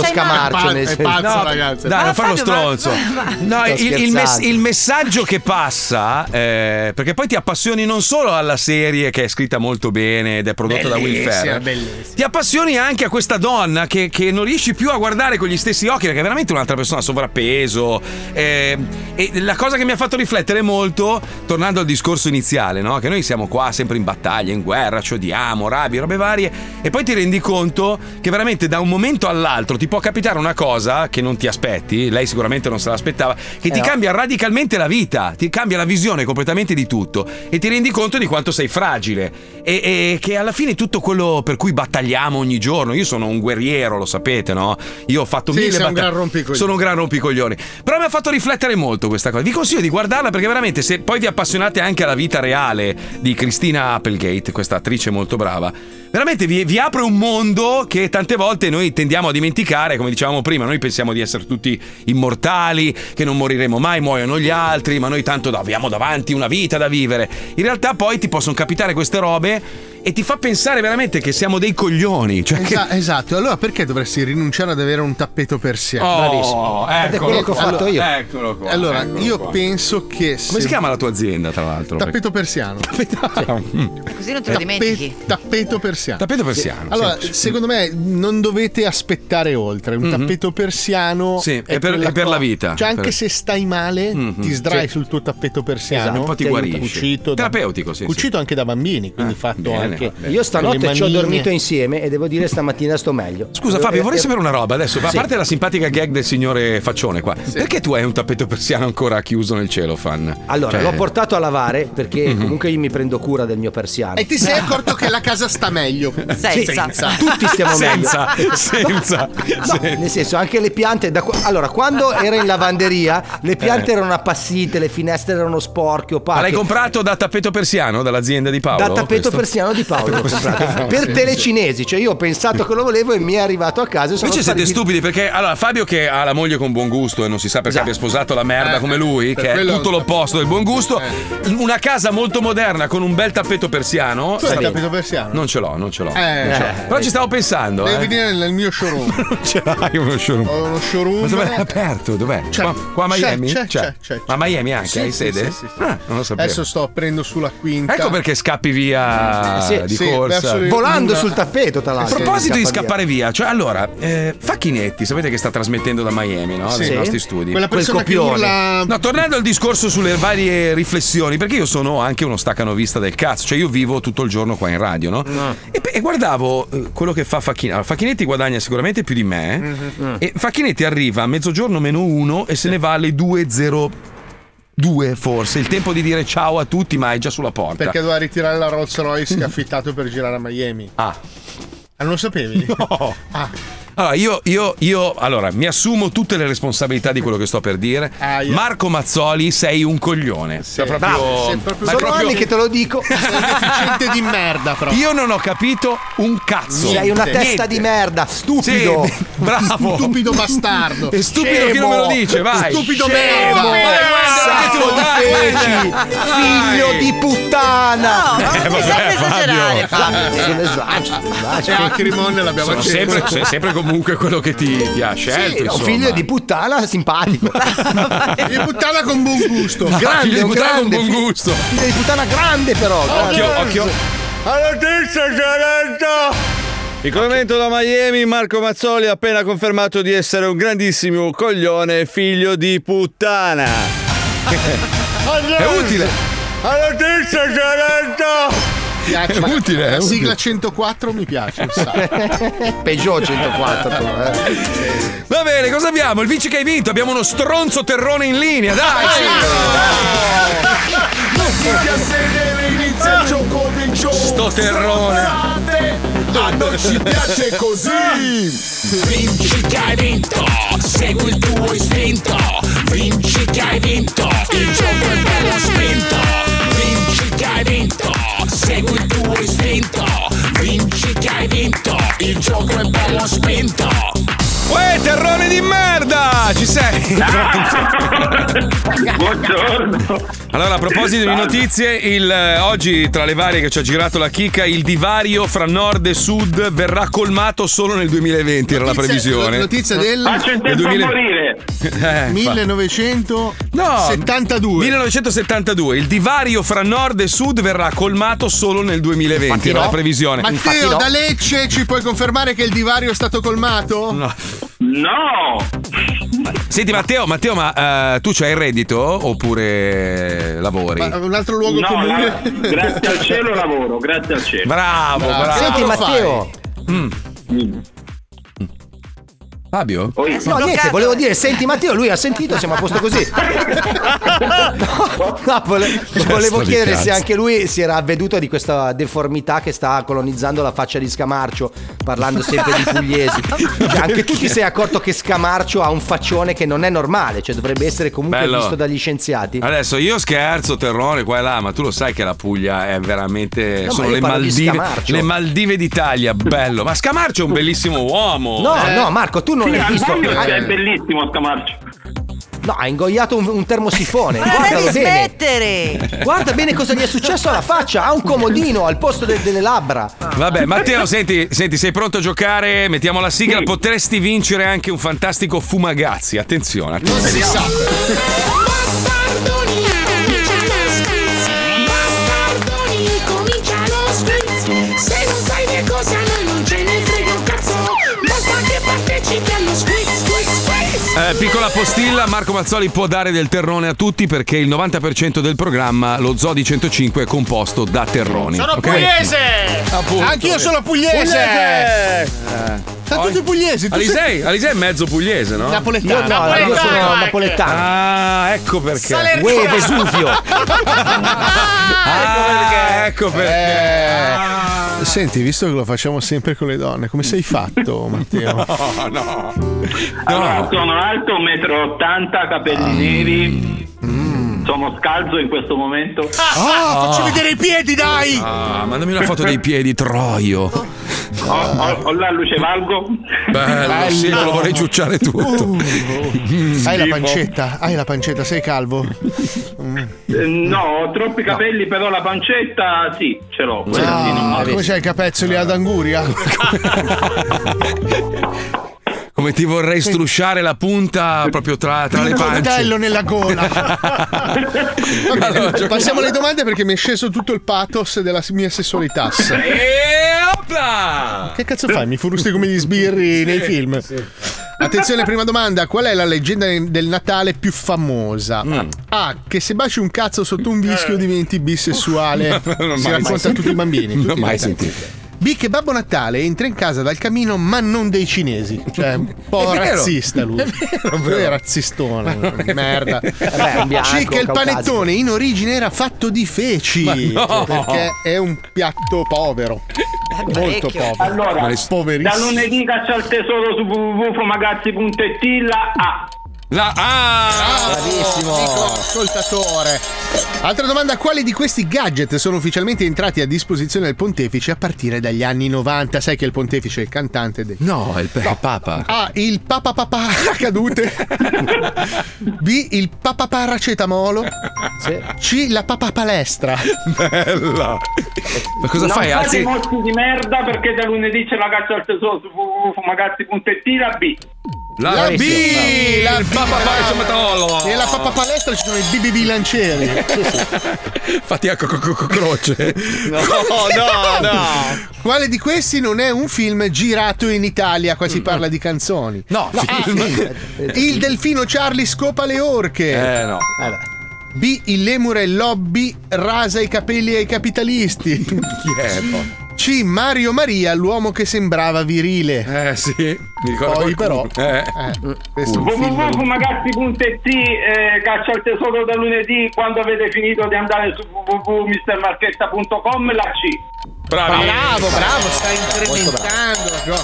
dicendo? Ma sei
Scamarcio.
mazzo,
nel
è
senso-
pazzo,
No,
ragazzi.
Dai, non
Ma
fa lo
Fabio, ma-
stronzo.
ma-
No,
Sto
il, il
scherzando.
mess- il messaggio che passa, eh, perché poi ti appassioni non solo alla serie che è scritta molto bene ed è prodotta da Will
Bellissima,
Ferrell,
bellissima.
ti appassioni anche a questa donna che, che non riesci più a guardare con gli stessi occhi perché è veramente un'altra persona, sovrappeso. eh, e la cosa che mi ha fatto riflettere molto, tornando al discorso iniziale, no? che noi siamo qua sempre in battaglia, in guerra, ci odiamo, rabbia, robe varie, e poi ti rendi conto che veramente da un momento all'altro ti può capitare una cosa che non ti aspetti, lei sicuramente non se l'aspettava, che ti
Eh
no.
cambia radicalmente la vita, ti cambia la visione completamente di tutto e ti rendi conto di quanto sei fragile e, e che alla fine tutto quello per cui battagliamo ogni giorno, io sono un guerriero, lo sapete, no? Io ho fatto
Sì,
mille
sei un
battaglie.
gran rompicoglioni.
Sono un gran rompicoglioni. Però mi ha fatto riflettere molto questa cosa. Vi consiglio di guardarla perché veramente se poi vi appassionate anche alla vita reale di Cristina Applegate, questa attrice molto brava, veramente vi, vi apre un mondo che tante volte noi tendiamo a dimenticare, come dicevamo prima, noi pensiamo di essere tutti immortali, che non moriremo mai, muoiono gli altri, ma noi tanto abbiamo davanti una vita da vivere. In realtà poi ti possono capitare queste robe e ti fa pensare veramente che siamo dei coglioni, cioè che
Esa- esatto, allora perché dovresti rinunciare ad avere un tappeto persiano?
Oh, ecco. Bravissimo. Ed è eccolo quello che ho qua, fatto io. eccolo qua,
Allora,
eccolo
io
qua.
penso che.
Come si chiama la tua azienda, tra l'altro?
Tappeto persiano.
<laughs>
Così non te lo dimentichi.
Tappeto persiano.
Mm. Tappeto persiano,
Allora,
sì.
secondo me non dovete aspettare oltre. Un
Mhm.
tappeto persiano
Sì, è per-
quella
è per la
cosa-
vita.
Cioè, anche
Per-
se stai male,
Mhm.
ti sdrai
Sì.
sul tuo tappeto persiano.
Esatto, un po' ti
aiuta.
guarisce.
Cucito da-
Terapeutico, sì, Eh,
Cucito anche da bambini, quindi fatto
bene,
anche.
bene.
Io stanotte
con le
ci ho
manine.
dormito insieme e devo dire stamattina sto meglio.
Scusa Fabio, vorrei sapere una roba adesso, a
Sì.
parte la simpatica gag del signore Faccione qua, perché tu hai un tappeto persiano ancora chiuso nel cellophane?
Allora,
Cioè-
l'ho portato a lavare perché
Mhm.
comunque io mi prendo cura del mio persiano.
E ti
<laughs>
sei accorto che la casa sta meglio.
Sì,
<laughs>
Tutti stiamo meglio.
senza,
Nel senso, anche le piante. da qua- allora, quando era in lavanderia, le piante
Eh.
erano appassite, le finestre erano sporche,
Ma
opache.
l'hai comprato da tappeto persiano, dall'azienda di Paolo?
da
questo?
tappeto persiano di Paolo
<laughs>
l'ho comprato. per
Sì.
telecinesi, cioè io ho pensato che lo volevo e mi è arrivato a casa. e sono
Invece siete
sparito.
stupidi perché allora Fabio che ha la moglie con buon gusto e non si sa perché abbia sposato la merda come lui,
Eh. per
che è
quello- Eh.
tutto l'opposto del buon gusto, una casa molto moderna con un bel tappeto persiano.
Tu hai il
sai-
tappeto persiano?
Non ce l'ho, non ce l'ho.
Cioè, Eh.
non ce l'ho. Però ci stavo pensando.
Devi
eh.
venire nel mio showroom.
<laughs> Non ce l'hai uno showroom.
Ho uno showroom.
Ma dov'è aperto? Dov'è?
C'è.
Qua, qua a
C'è,
Miami?
c'è,
C'è.
c'è, c'è,
Ma a Miami anche?
Sì,
hai
sì,
sede?
sì, sì, sì.
Ah, non lo sapevo.
Adesso sto aprendo sulla quinta.
Ecco perché scappi via
Sì,
di
sì,
corsa.
verso il-
Ah, Volando sul tappeto, tra
A
l'altro.
proposito di scappare via, cioè allora, eh, Facchinetti, sapete che sta trasmettendo da Miami, no?
Sì.
Dai nostri studi.
Quella Quel persona che copione. urla-
No, tornando al discorso sulle varie riflessioni, perché io sono anche uno staccanovista del cazzo, cioè io vivo tutto il giorno qua in radio, no? E, pe- e guardavo eh, quello che fa Facchinetti. Allora, Facchinetti guadagna sicuramente più di me eh, e Facchinetti arriva a mezzogiorno meno uno e se ne va alle 2.02 forse, il tempo di dire ciao a tutti, ma è già sulla porta.
Perché doveva ritirare la Rolls Royce che ha affittato per girare a Miami.
Ah.
non lo sapevi?
<laughs>
Ah,
No. Allora, io, io- io- allora, mi assumo tutte le responsabilità di quello che sto per dire.
Aia.
Marco Mazzoli, sei un coglione. Sei proprio-
Bravo.
sei proprio-
Sono
proprio-
anni che te lo
<laughs>
dico.
<laughs>
Gente di merda, però.
Io non ho capito un cazzo.
Sei una
Niente.
testa di merda, stupido.
Sì, <laughs> bravo.
Stupido bastardo.
E stupido chi non me lo dice, vai.
Stupido
Scemo.
merda.
Vai, guarda,
Sacco di
dai,
feci,
dai.
figlio di puttana.
No, non Eh,
vabbè, sempre esagerare, Fabio.
Esagero, esagero,
E
esagero.
Acrimonne l'abbiamo
Sono
acceso.
sempre, sei sempre comunque quello che ti, ti ha scelto.
Sì, no,
Certo, insomma.
figlio di puttana simpatico.
Di puttana con buon
Certo,
gusto.
No,
Grande,
figlio di
un
puttana con
grande
buon
figlio.
gusto.
Figlio di puttana grande però. grande.
Occhio, occhio.
Alla testa,
Il commento da Miami, Marco Mazzoli ha appena confermato di essere un grandissimo coglione figlio di puttana.
È utile.
Alla testa
Piace.
È utile, è
La
utile.
sigla 104 mi piace. un sacco.
Peugeot 104 tu, eh.
Va bene, cosa abbiamo? Il vice che hai vinto, abbiamo uno stronzo terrone in linea, dai!
Ah!
Tutti a sedere inizia il gioco dei giochi
Sto terrone.
Stronzate, A noi ci piace così Vinci che hai vinto Segui il tuo istinto Vinci che hai vinto Il gioco è bello spinto Vinci che hai vinto Segui il tuo istinto Vinci che hai vinto Il gioco è bello spinto
Uè, terrone di merda! Ci sei?
<laughs> Buongiorno.
Allora, a proposito di notizie, il, eh, oggi tra le varie che ci ha girato la chicca, il divario fra nord e sud verrà colmato solo nel 2020, era la
Notizia-
previsione.
notizia del- Faccio in tempo
Nel
a morire.
Eh, fa-
1972.
1972, il divario fra nord e sud verrà colmato solo nel 2020, era la previsione.
Matteo, da Lecce ci puoi confermare che il divario è stato colmato?
No.
No!
Senti Matteo, Matteo, ma eh, tu c'hai il reddito oppure lavori?
Un altro luogo
No, la-
comune.
grazie al cielo lavoro, grazie al cielo.
Bravo, bravo. Mm.
Senti, Matteo.
Fabio?
Eh, No, niente, volevo dire, senti Matteo, lui ha sentito, siamo a posto così. No, no, vole-
Testa
volevo
di
chiedere se
cazzo.
anche lui si era avveduto di questa deformità che sta colonizzando la faccia di Scamarcio, parlando sempre di pugliesi. Cioè, anche tu ti sei accorto che Scamarcio ha un faccione che non è normale, cioè dovrebbe essere comunque
Bello.
visto dagli scienziati.
Adesso io scherzo, Terrone, qua e là, ma tu lo sai che la Puglia è veramente.
No, ma
sono
io
le
parlo di
Maldive,
Scamarcio.
le Maldive d'Italia, bello. Ma Scamarcio è un bellissimo uomo. Eh.
No, no, Marco, tu non
Sì,
l'hai
al
visto. Ah,
voglio-
Hai-
È bellissimo Scamarcio.
No, ha ingoiato un, un termosifone.
Ma la devi
Guardalo bene.
smettere!
Guarda bene cosa gli è successo alla faccia. Ha un comodino al posto de- delle labbra.
Vabbè, Matteo, senti, senti, sei pronto a giocare? Mettiamo la sigla. Potresti vincere anche un fantastico Fumagazzi. Attenzione, attenzione.
Bastardoni comincia lo scherzo Se non sai che cosa noi non ce ne frega un cazzo Basta che partecipi allo squiz squiz squiz
Eh, piccola postilla, Marco Mazzoli può dare del terrone a tutti perché il 90% del programma, lo Zoo di 105, è composto da terroni.
Sono
ok?
pugliese!
Appunto.
Anch'io sono pugliese!
Eh.
Pugliese!
Sono tutti pugliesi, tu
Alisei, Alisei è mezzo pugliese, no?
Napoletano. Io no,
io sono Napoletano anche. napoletano.
Ah, ecco perché.
Salernitano. Uè, Vesuvio.
<laughs>
ah, ecco perché.
Senti, visto che lo facciamo sempre con le donne, come sei
<laughs>
fatto, Matteo?
No, no. Ah.
Allora, sono alto 1,80 m, capelli neri.
Mm.
Sono scalzo in questo momento.
Ah, facci vedere i piedi, dai!
Ah, mandami una foto dei piedi, troio.
Ho, ho- ho la luce valgo.
Bello, sì, te lo vorrei ciucciare tutto.
Uh. Hai la
Schifo.
pancetta, hai la pancetta, sei calvo.
Eh, No, ho troppi capelli, però la pancetta sì, ce l'ho. quella sì, non
Ah,
male.
come c'hai i capezzoli ad anguria?
Come ti vorrei strusciare la punta proprio tra, tra le
Un coltello
pance.
nella gola.
<laughs>
Va bene,
Allora, giochiamo.
passiamo alle domande perché mi è sceso tutto il pathos della mia sessualità.
<laughs> E opla!
Che cazzo fai? Mi furusti come gli sbirri nei film. Attenzione, prima domanda: qual è la leggenda del Natale più famosa?
Mm.
A. ah, Che se baci un cazzo sotto un vischio diventi bisessuale.
Eh. <laughs> Non ho mai
si racconta a
sentito.
tutti i bambini.
Non ho
tutti i
mai
bambini.
sentito.
B. Che Babbo Natale entra in casa dal camino, ma non dei cinesi. Cioè, un po' È vero. razzista lui. È vero, Lui è vero.
<laughs>
razzistone. è merda. vero. Vabbè, è un bianco, C. Che il caucasico. panettone in origine era fatto di feci. Ma no. Perché è un piatto povero. Molto povero.
Allora, da
poverissimo.
lunedì caccia al tesoro su www.fomagazzi.it la A.
La A!
Bravissimo. ascoltatore. Altra domanda, quali di questi gadget sono ufficialmente entrati a disposizione del pontefice a partire dagli anni 90? Sai che il pontefice è il cantante dei...
No, è il, è il Papa.
A. Il papa papà cadute. B. Il papa paracetamolo. C. La papa palestra.
Bella. Ma cosa
non
fai?
fate
Alzi.
mozzi di merda perché da lunedì c'è la caccia al tesoro su www.fomagazzi.it la B.
La,
La
B!
B, la
il
B.
Papa Barciomatolo!
Nella papa palestra ci sono i BBB
<laughs>
lancieri.
Fatti a co- co- co- co- croce.
<laughs> No, Quale di questi non è un film girato in Italia? Qua si parla di canzoni.
Mm. No,
Ah,
film. <laughs>
Il delfino Charlie scopa le orche.
Eh no.
B. Il lemure lobby rasa i capelli ai capitalisti. C. Mario Maria, l'uomo che sembrava virile.
Eh sì, mi
ricordo. Poi però. eh, questo è un film.
www.magazzi.it eh, caccia il tesoro da lunedì quando avete finito di andare su www.mistermarchetta.com la C
Bravo, bravo, sta incrementando. Gio.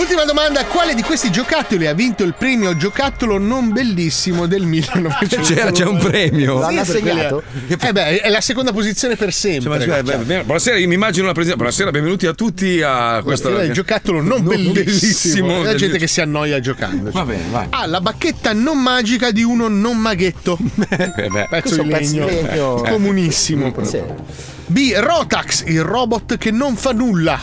Ultima domanda, quale di questi giocattoli ha vinto il premio giocattolo non bellissimo
<laughs>
del 1900?
C'era- c'è un premio? L'hanno assegnato?
Eh beh, è la seconda posizione per
Cioè, ma-
sempre.
cioè, beh, beh, buonasera, io mi immagino la presenza. Buonasera, benvenuti a tutti a questo.
Questo è il giocattolo non, bellissimo. La
del-
gente che si annoia giocando.
Va bene, vai.
Ah, la bacchetta non magica di uno non maghetto.
<laughs> Eh, beh.
Pezzo di
Questo è
legno.
un pezzo di legno. Eh.
Comunissimo. proprio. B. Rotax, il robot che non fa
<laughs>
nulla.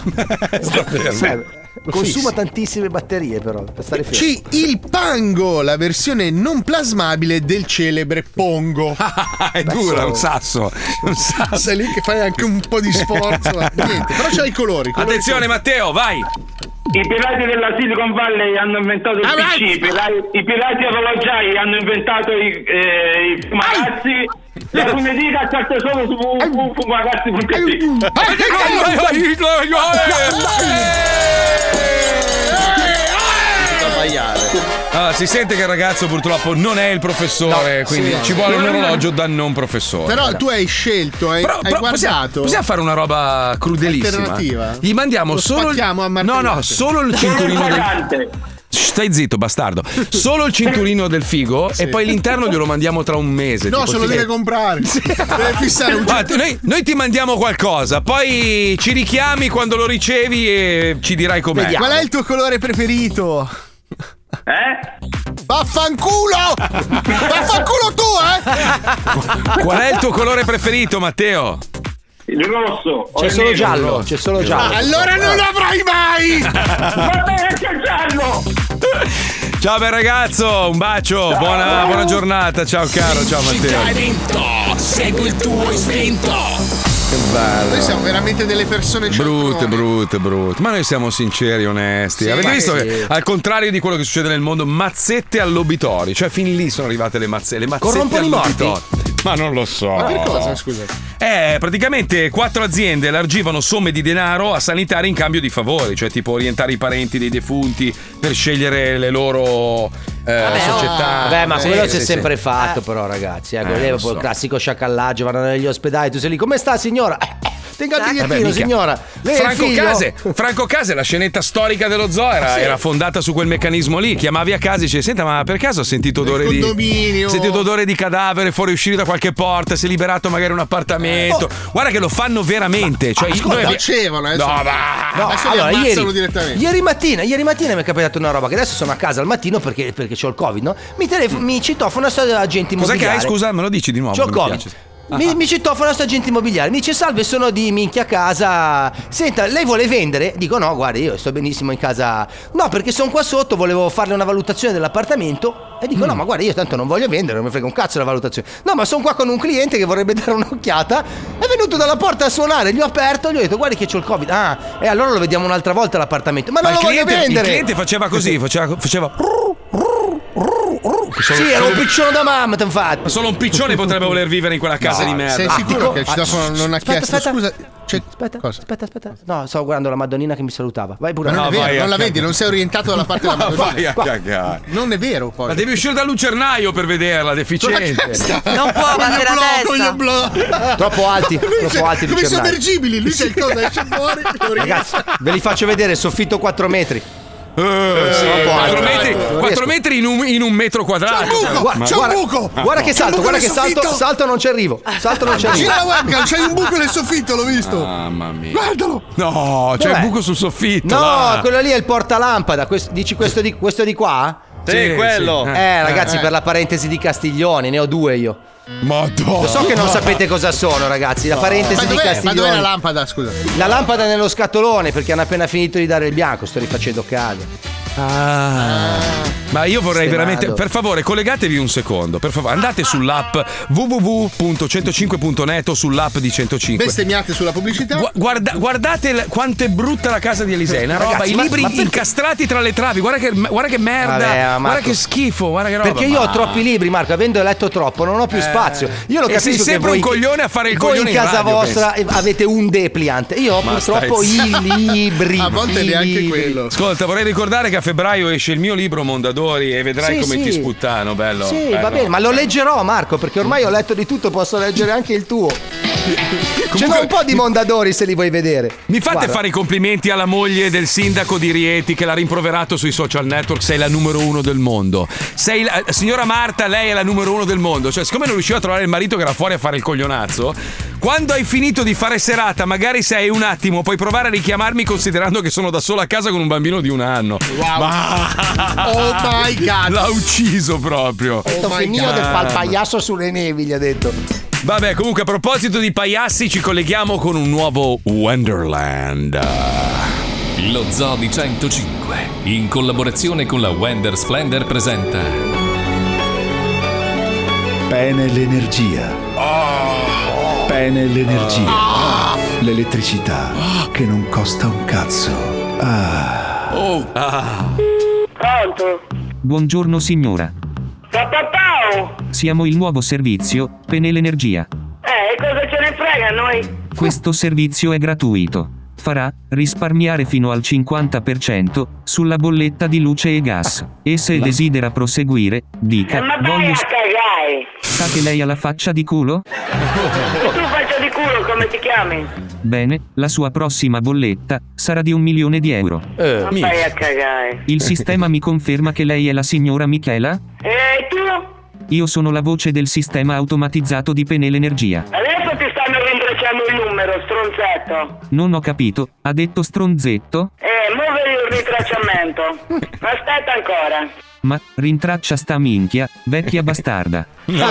Sta
Cioè,
Consuma tantissime batterie però per stare fermo.
C. Il Pango, la versione non plasmabile del celebre Pongo.
<laughs> è dura, un sasso. Un sasso.
Sei lì che fai anche un po' di sforzo. ma niente, però c'hai i colori. i colori
Attenzione, Eh, Matteo, vai.
i pirati della Silicon Valley hanno inventato il PC i pirati, i pirati orologiai hanno inventato i, eh, i fumagazzi la certo lunedì caccia il tesoro su www.fumagazzi.it
Allora, si sente che il ragazzo purtroppo non è il professore,
No,
quindi
sì, no.
ci vuole un
No, no, no.
orologio da non professore.
Però tu hai scelto, hai, hai
Però
guardato.
possiamo, possiamo fare una roba crudelissima.
Alternativa?
Gli mandiamo
Lo
solo il,
spacchiamo a
No,
martellate.
no, solo il cinturino del Shh, Stai zitto, bastardo. Solo il cinturino del figo e poi l'interno glielo mandiamo tra un mese.
No,
tipo
se lo
<laughs> sì.
deve comprare. Deve fissare
<laughs>
un certo-
Guarda, noi, noi ti mandiamo qualcosa, poi ci richiami quando lo ricevi e ci dirai com'è.
Vediamo. Qual è il tuo colore preferito? Eh? Vaffanculo! Vaffanculo tu, eh!
Qual è il <laughs> tuo colore preferito, Matteo?
il rosso
C'è solo giallo, c'è solo giallo.
Ah, allora non l'avrai mai! Va bene che è giallo!
Ciao bel ragazzo, un bacio, Buona, buona giornata, ciao caro, ciao
Ci hai
Matteo.
vinto, segui il tuo istinto.
Che bello.
Noi siamo veramente delle persone
Brutte,
cialtrone.
brutte, brutte. Ma noi siamo sinceri, onesti.
Sì,
Avete
ma
visto
sì.
che al contrario di quello che succede nel mondo, mazzette all'obitori. Cioè, fin lì sono arrivate le mazzette. Le mazzette
Corrompono i morti?
all'obitori. Ma non lo so.
Ma per cosa, scusa?
Eh, praticamente quattro aziende elargivano somme di denaro a sanitari in cambio di favori, cioè tipo orientare i parenti dei defunti per scegliere le loro eh,
oh.
società.
Beh, ma
Sì,
quello
sì,
si è
sì.
sempre fatto, però, ragazzi. Eh, quello è
lo
proprio il
so.
classico sciacallaggio, vanno negli ospedali, tu sei lì. Come sta, signora? Eh, eh, Tenga il
Vabbè,
bigliettino,
mica.
signora. Lei è il
Franco
figlio?
Case, Franco Case, la scenetta storica dello zoo era,
Sì.
era fondata su quel meccanismo lì. Chiamavi a casa e dicevi: Senta, ma per caso ho sentito odore di.
condominio."
Sentito odore di cadavere fuoriuscire da qualche porta, si è liberato magari un appartamento.
Eh. Oh.
Guarda che lo fanno veramente. cioè, io-
Ascolta,
noi abbi-
facevano, eh,
No,
insomma.
va.
<laughs>
No,
Adesso li
allora,
ammazzano
ieri,
direttamente.
ieri mattina, ieri mattina mi è capitata una roba che adesso sono a casa al mattino perché, perché ho il covid, no? Mi, telefo- mi citofona sto agente
Cos'è
immobiliare.
che hai? Scusa, me lo dici di nuovo.
C'ho
che mi
Covid.
piace.
Mi, mi citofona sto agente immobiliare, mi dice salve sono di minchia casa, senta lei vuole vendere? Dico no guarda io sto benissimo in casa, no perché sono qua sotto, volevo farle una valutazione dell'appartamento e
Mm.
dico no ma guarda io tanto non voglio vendere, non mi frega un cazzo la valutazione, no ma sono qua con un cliente che vorrebbe <laughs> dare un'occhiata, è venuto dalla porta a suonare, gli ho aperto, gli ho detto guardi che c'ho il covid, ah e allora lo vediamo un'altra volta l'appartamento, ma,
Ma
non
il
lo
cliente,
voglio
il
vendere!
cliente faceva così, faceva. faceva
Sì era un piccione da mamma infatti!
Solo un piccione potrebbe voler vivere in quella casa
No,
di merda.
Sei sicuro che il
Ah,
citofono non ha
aspetta,
chiesto
aspetta.
scusa?
aspetta, aspetta, aspetta. No, stavo guardando la Madonnina che mi salutava. Vai pure.
Ma non è vero, non la vedi, non sei orientato dalla parte
<laughs>
della
Ma
Madonna.
<laughs> vai a
cagare.
Non è vero poi.
Ma devi uscire dal lucernaio per vederla, deficiente.
<laughs>
Non può battere la testa.
Troppo alti, troppo alti.
Come i
lucernari.
sommergibili, lui c'è il
<laughs>
coso, esce fuori. lo <laughs>
Ragazzi, ve li faccio vedere, soffitto 4 metri.
Eh, sì,
Troppo alto.
4 metri,
Non
quattro
riesco.
metri in un, in un metro quadrato.
Guarda, guarda- Guarda che salto, guarda che salto, salto non ci arrivo. Salto non ci arrivo.
Gira la webcam, c'hai un buco nel soffitto, l'ho visto.
Mamma mia.
Guardalo.
No, c'è
Dov'è?
un buco sul soffitto.
No,
là.
quello lì è il portalampada. Questo- dici questo di, questo di qua?
Sì, Sì, quello. sì.
Eh, ragazzi,
Eh.
per la parentesi di Castiglione, ne ho due io.
Madonna.
Lo so che non sapete cosa sono, ragazzi. La parentesi
ma
di
dov'è, ma
Castiglione.
dov'è la lampada, scusa?
La lampada nello scatolone perché hanno appena finito di dare il bianco, sto rifacendo caldo.
Ah. Ma io vorrei
Stemado.
veramente, per favore, collegatevi un secondo, per favore, andate sull'app www.105.net o sull'app di 105.
Bestemmiate sulla pubblicità.
Gu- guarda- guardate l- quanto è brutta la casa di Elisei, una roba,
Ragazzi,
i
ma-
libri
ma perché-
incastrati tra le travi, guarda che, guarda che merda,
Vabbè, ma
guarda
Marco-
che schifo, guarda che roba.
Perché io
Ma-
ho troppi libri, Marco, avendo letto troppo, non ho più
Eh.
spazio. Io lo
E
capisco
sei
che
sempre
voi
un coglione a fare il
voi
coglione
in
in
casa
radio,
vostra avete un depliant. Io ho
Ma
purtroppo
stai
i libri.
A volte
i
neanche
libri.
Ascolta, vorrei ricordare che a febbraio esce il mio libro Mondadori e vedrai
Sì,
come
sì.
ti sputtano, bello.
Sì,
bello.
va bene, ma lo leggerò Marco, perché ormai ho letto di tutto, posso leggere anche il tuo. Ce n'ho un po' di Mondadori se li vuoi vedere.
Mi fate
Guarda.
fare i complimenti alla moglie del sindaco di Rieti che l'ha rimproverato sui social network, sei la numero uno del mondo. Sei la, signora Marta, lei è la numero uno del mondo. Cioè, siccome non riusciva a trovare il marito che era fuori a fare il coglionazzo, quando hai finito di fare serata, magari se hai un attimo, puoi provare a richiamarmi considerando che sono da sola a casa con un bambino di un anno.
Wow. Oh my God. Oh
L'ha ucciso proprio.
Questo finito del fa il pagliasso sulle nevi, gli ha detto.
Vabbè, comunque a proposito di paiassi ci colleghiamo con un nuovo Wonderland.
Lo Zoo di 105, in collaborazione con la Wender Splendor, presenta.
Pene l'energia. Pene l'energia. L'elettricità che non costa un cazzo. Ah.
Oh.
Pronto?
Buongiorno signora.
Papà oh. Pao!
Siamo il nuovo servizio, Penel Energia.
Eh, e cosa ce ne frega a noi?
Questo servizio è gratuito. Farà risparmiare fino al 50% sulla bolletta di luce e gas. E se desidera proseguire,
Eh,
dica:
Ma vai
Voglio.
a
<laughs>
cagare!
Sa che lei ha la faccia di culo?
E tu faccia di culo come ti chiami?
Bene, la sua prossima bolletta sarà di un milione di euro.
Eh,
Eh,
Ma vai a cagare!
Il sistema mi conferma che lei è la signora Michela?
Eh, E tu?
Io sono la voce del sistema automatizzato di Penel Energia.
Adesso ti stanno rintracciando il numero, stronzetto!
Non ho capito, ha detto stronzetto?
Eh, muovi il
<laughs>
ritracciamento! Aspetta ancora!
Ma, rintraccia sta minchia, vecchia bastarda.
No.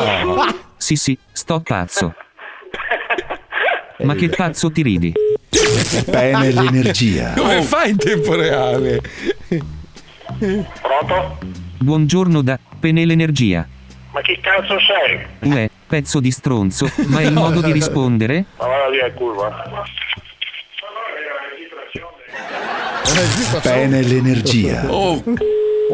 Sì sì, sto pazzo. Ma che cazzo ti ridi?
Pene l'energia.
Come
Oh.
fai in tempo reale?
Pronto?
Buongiorno da Penel Energia.
Ma chi cazzo sei?
Uè, pezzo di stronzo, ma è il modo di rispondere?
Ma vada via in curva!
Pene l'energia.
Oh.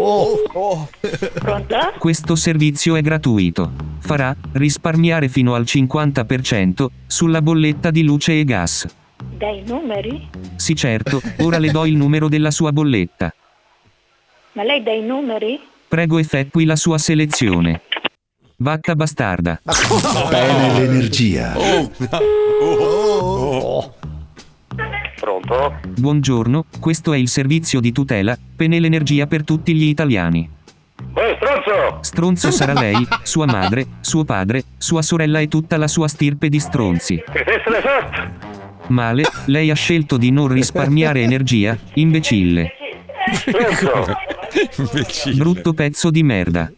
Oh! oh. Pronto?
Questo servizio è gratuito. Farà risparmiare fino al 50% sulla bolletta di luce e gas.
Dai numeri?
Sì certo, ora le do il numero della sua bolletta.
Ma lei dai numeri?
Prego effettui la sua selezione. Vacca bastarda.
Pene l'energia.
Pronto?
Buongiorno, questo è il servizio di tutela, Penel Energia per tutti gli italiani.
Ehi, Eh, stronzo!
Stronzo sarà lei, sua madre, suo padre, sua sorella e tutta la sua stirpe di stronzi.
Che testa le sorte!
Male, lei ha scelto di non risparmiare energia, imbecille. Brutto pezzo di merda.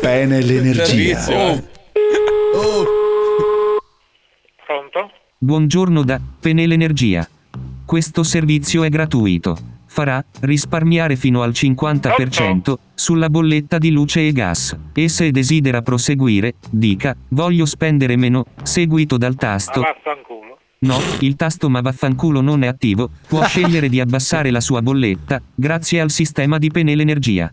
Pene l'energia.
Servizio, eh. Buongiorno da Penel Energia. Questo servizio è gratuito. Farà risparmiare fino al 50% sulla bolletta di luce e gas. E se desidera proseguire, dica voglio spendere meno, seguito dal tasto. No, il tasto ma vaffanculo non è attivo, può scegliere di abbassare la sua bolletta, grazie al sistema di Penel Energia.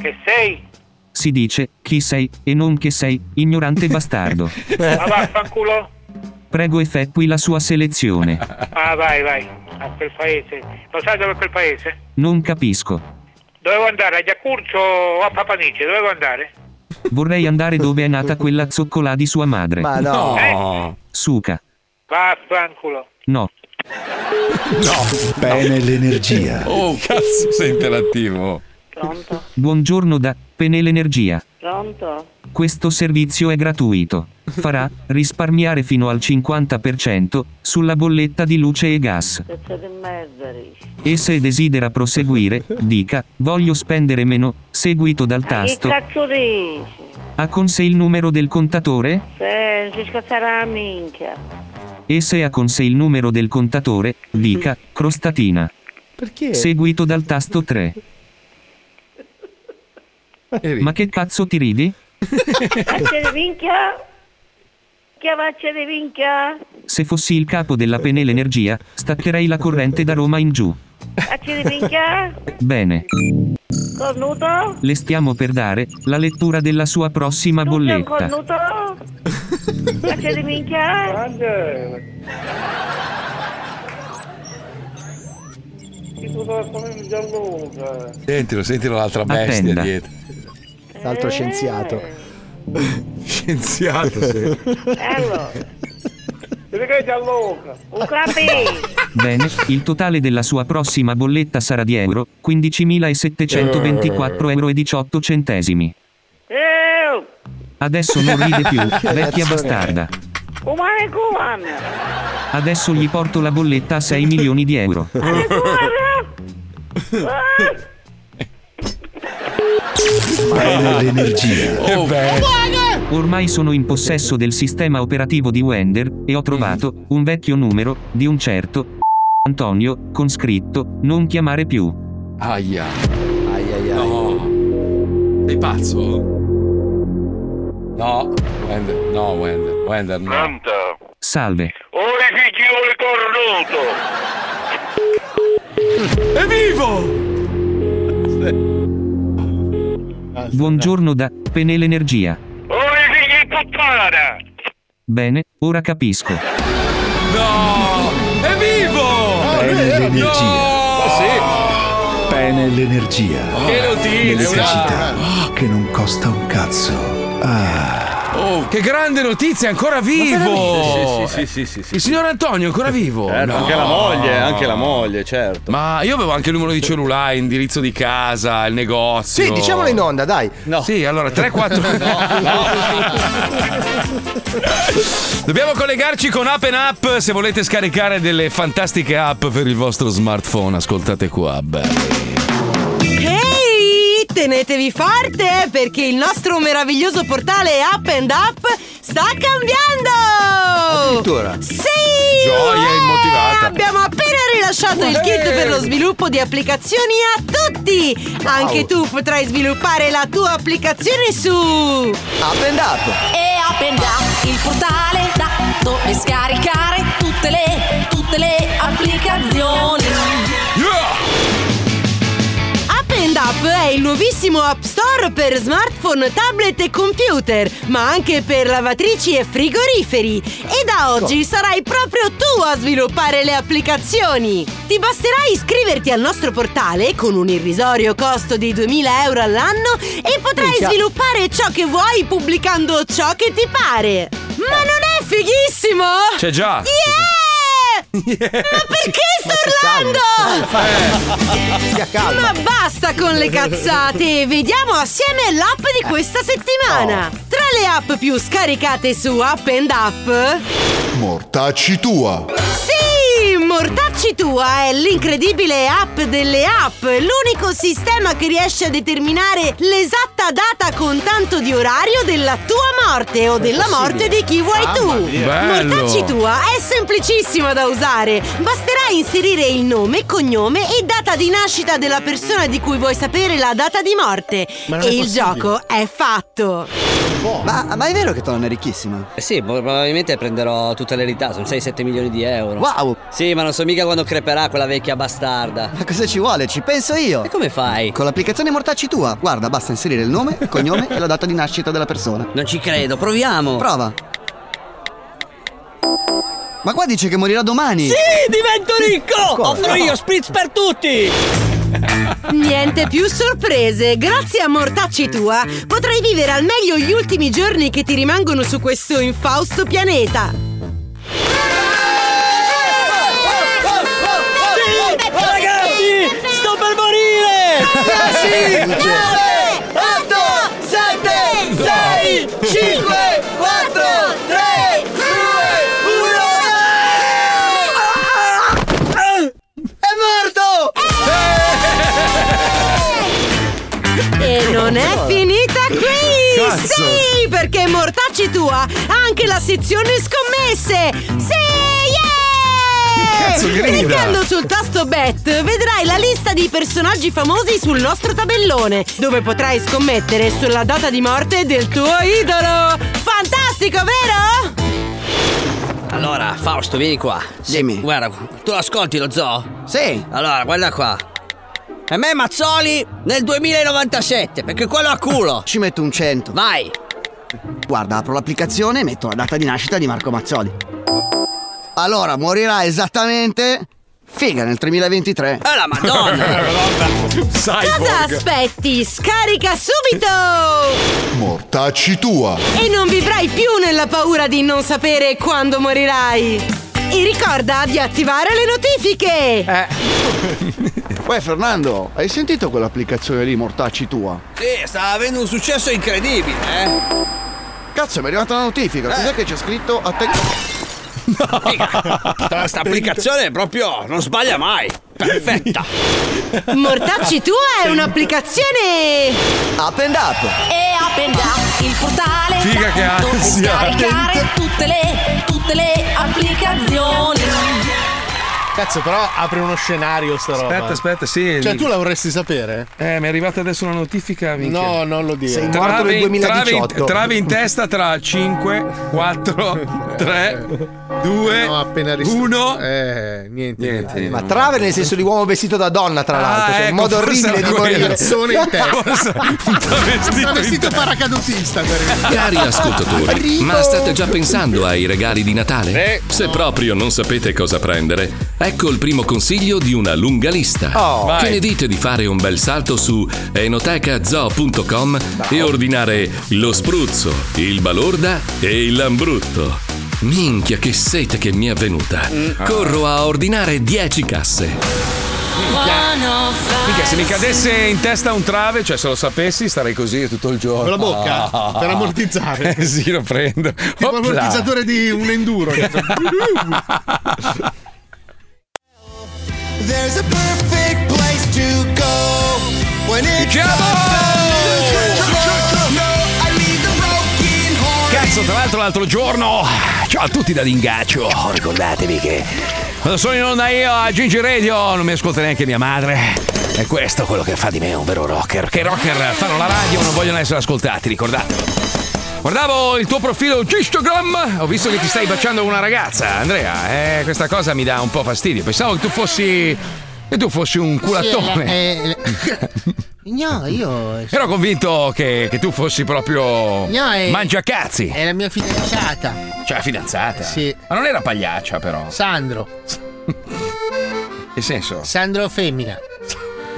Che sei?
Si dice chi sei e non che sei, ignorante bastardo.
<laughs>
Ma vaffanculo?
Prego effettui la sua selezione.
Ah, vai, vai, a quel paese. Lo sai dove è quel paese?
Non capisco.
Dovevo andare a Giacurcio o a Papanice, dovevo andare?
Vorrei andare dove è nata quella zoccolà di sua madre.
Ma no.
Eh.
Suca.
Vaffanculo.
No.
No. Pene l'energia.
Oh, cazzo, sei interattivo.
Buongiorno da Penel Energia.
Pronto?
Questo servizio è gratuito. Farà risparmiare fino al 50% sulla bolletta di luce e gas.
Pezzo di merda,
E se desidera proseguire, dica voglio spendere meno, seguito dal tasto.
Che cazzo dici?
Ha con sé il numero del contatore?
Se si scazzerà la minchia.
E se ha con sé il numero del contatore, dica crostatina.
Perché?
seguito dal tasto 3.
Eh,
Ma che cazzo ti ridi?
Vacce di vinchia? Che vacce di vinchia?
Se fossi il capo della Penel Energia, staccherei la corrente da Roma in giù.
Vacce di vinchia?
Bene.
Cornuto?
Le stiamo per dare la lettura della sua prossima
Tu sei un
bolletta.
cornuto? Vacce di minchia?
Sentilo, sentilo l'altra bestia
<laughs>
Appenda.
dietro.
L'altro scienziato.
Scienziato, sì.
Allora. Un clapi!
Bene, il totale della sua prossima bolletta sarà di euro 15.724,18 centesimi.
Eeeh!
Adesso non ride più,
<laughs> Che cazzo
vecchia
è?
bastarda.
Umane cuman!
Adesso gli porto la bolletta a 6 milioni di euro.
<laughs>
Ah.
<laughs>
Bene l'energia.
Oh. Ormai sono in possesso del sistema operativo di Wender e ho
Mm.
trovato un vecchio numero di un certo Antonio con scritto non chiamare più.
Aia. Aia, aia. No. Sei pazzo? No, Wender, no, Wender, Wender, no.
Salve.
Ora figliolo cornuto!
È vivo!
Buongiorno da Penele Energia.
Ora figli di puttana!
Bene, ora capisco.
No! È vivo!
Bene l'energia.
Oh, sì!
Bene l'energia.
Che notizia!
L'elettricità che non costa un cazzo. Ah,
Oh, che grande notizia, è ancora vivo!
Sì, sì, sì, sì, sì, sì.
Il signor Antonio è ancora vivo?
Certo,
No.
anche la moglie, anche la moglie, certo.
Ma io avevo anche il numero di cellulare, indirizzo di casa, il negozio.
Sì, diciamolo in onda, dai.
No. Sì, allora
<laughs>
3, 4. Dobbiamo collegarci con Up and Up se volete scaricare delle fantastiche app per il vostro smartphone. Ascoltate qua. beh.
Ehi, tenetevi forte perché il nostro meraviglioso portale Up and Up sta cambiando!
Addirittura?
Sì! Eh,
Gioia immotivata.
Abbiamo appena rilasciato il kit per lo sviluppo di applicazioni a tutti! Anche tu potrai sviluppare la tua applicazione su Up and Up!
E Open Up, il portale da dove scaricare tutte le, tutte le applicazioni.
Up and Up è il nuovissimo App Store per smartphone, tablet e computer, ma anche per lavatrici e frigoriferi. E da oggi sarai proprio tu a sviluppare le applicazioni. Ti basterà iscriverti al nostro portale con un irrisorio costo di 2000 euro all'anno e potrai
Minchia.
sviluppare ciò che vuoi pubblicando ciò che ti pare. Ma non è fighissimo?
C'è già.
Ma perché sto urlando? Ma basta con le cazzate! Vediamo assieme l'app di questa settimana! Tra le app più scaricate su Up and Up.
Mortacci tua.
Sì! Mortacci tua è l'incredibile app delle app, l'unico sistema che riesce a determinare l'esatta data con tanto di orario della tua morte o della morte di chi vuoi tu.
Mamma mia. Bello!
Mortacci tua è semplicissima da usare. Basterà inserire il nome, cognome e data di nascita della persona di cui vuoi sapere la data di morte.
Ma non è
E il
possibile.
gioco è fatto.
Ah, Ma, ma è vero che Tonna è ricchissima?
Eh sì, bo- <laughs> probabilmente prenderò tutta l'eredità, sono 6-7 milioni di euro.
Wow!
Sì, ma non so mica quando creperà quella vecchia bastarda.
Ma cosa ci vuole? Ci penso io! E
come fai?
Con l'applicazione Mortacci tua. Guarda, basta inserire il nome, <laughs> il cognome e la data di nascita della persona.
Non ci credo, proviamo!
Prova. Ma qua dice che morirà domani.
Sì, divento ricco!
Come?
Offro io spritz per tutti!
Niente più sorprese, grazie a Mortacci tua potrai vivere al meglio gli ultimi giorni che ti rimangono su questo infausto pianeta.
Ragazzi, sto per morire! 10, 9, 8, 7, 6, 5, 4, 3, 2, 1. È morto!
E non è finita qui!
Cazzo.
Sì, perché Mortacci tua ha anche la sezione scommesse! Sì, yeah!
cazzo grida?
Cliccando sul tasto bet vedrai la lista di personaggi famosi sul nostro tabellone, dove potrai scommettere sulla data di morte del tuo idolo. Fantastico, vero?
Allora, Fausto, vieni qua. Dimmi. Guarda, tu ascolti lo zoo? Sì. Allora, guarda qua. E me Mazzoli nel 2097, perché quello a culo.
Ci metto un 100.
Vai.
Guarda, apro l'applicazione e metto la data di nascita di Marco Mazzoli. Allora, morirà esattamente. Figa, nel 2023.
Eh la
Cosa aspetti? Scarica subito!
Mortacci tua.
E non vivrai più nella paura di non sapere quando morirai. E ricorda di attivare le notifiche!
Eh.
Uè, Fernando, hai sentito quell'applicazione lì, Mortacci tua?
Sì, sta avendo un successo incredibile, eh.
Cazzo, mi è arrivata una notifica. Cos'è che c'è scritto? Atten-
Questa applicazione è proprio non sbaglia mai. Perfetta.
Mortacci tua è un'applicazione!
Up and up!
E Open Up, il portale
Figa che
dove
ansia. <laughs>
scaricare tutte le, tutte le applicazioni.
Cazzo, però apre uno scenario sta roba.
Aspetta, aspetta, sì.
Cioè,
lì.
tu la vorresti sapere?
Eh, mi è arrivata adesso una notifica. minchia.
No, non lo dire.
Trave- Trave, trave in testa tra 5, 4, 3, 2,
No, appena rist-
1.
Eh, niente.
Ma trave nel senso di uomo vestito da donna,
Ah,
tra l'altro. cioè,
ecco,
un modo orribile di morire. <laughs>
in testa.
Un travestito,
travestito paracadutista. Per...
Cari ascoltatori, ma state già pensando ai regali di Natale? Se proprio non sapete cosa prendere, ecco il primo consiglio di una lunga lista.
Oh.
che
Vai.
ne dite di fare un bel salto su enotecazoo.com e ordinare lo spruzzo, il balorda e il lambrutto? Minchia che sete che mi è venuta.
Mm.
Corro a ordinare 10 casse.
Minchia, se mi cadesse in testa un trave, cioè se lo sapessi, starei così tutto il giorno. Ah.
Con la bocca? Per ammortizzare?
<laughs> Eh sì, lo prendo.
Tipo
Opla.
ammortizzatore di un enduro.
<laughs>
There's a perfect place to go when it's
Cazzo, tra l'altro l'altro giorno. Ciao a tutti da Dingaccio. Oh, Ricordatevi che quando sono in onda io a Gingi Radio non mi ascolta neanche mia madre. E questo è quello che fa di me un vero rocker. Che i rocker fanno la radio, non vogliono essere ascoltati, ricordatelo. Guardavo il tuo profilo Instagram, ho visto che ti stai baciando con una ragazza, Andrea. Eh, questa cosa mi dà un po' fastidio. Pensavo che tu fossi. che tu fossi un culattone. <laughs>
No, io.
Ero convinto che, che tu fossi proprio.
eh, No, eh, è-
mangiacazzi.
È la mia fidanzata,
Cioè, fidanzata.
Sì.
Ma non era pagliaccia, però.
Sandro.
Che senso?
Sandro Femmina.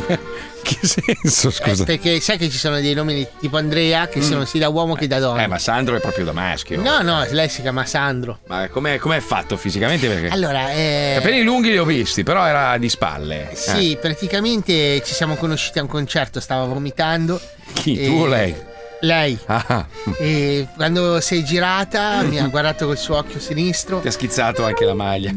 <laughs> che senso, scusa?
Eh, perché sai che ci sono dei nomi di- tipo Andrea che sono sia da uomo che da donna.
Mm. Eh, ma Sandro è proprio da maschio.
No, no, lei si chiama Sandro.
Ma com'è, com'è fatto fisicamente? Perché.
Allora, eh,
Capelli lunghi li ho visti, però era di spalle.
sì,
Eh.
praticamente ci siamo conosciuti a un concerto, stava vomitando.
Chi?
e-
Tu o lei?
Lei.
Ah,
E quando si è
<laughs>
girata mi ha guardato col suo occhio sinistro.
ti ha schizzato anche la maglia.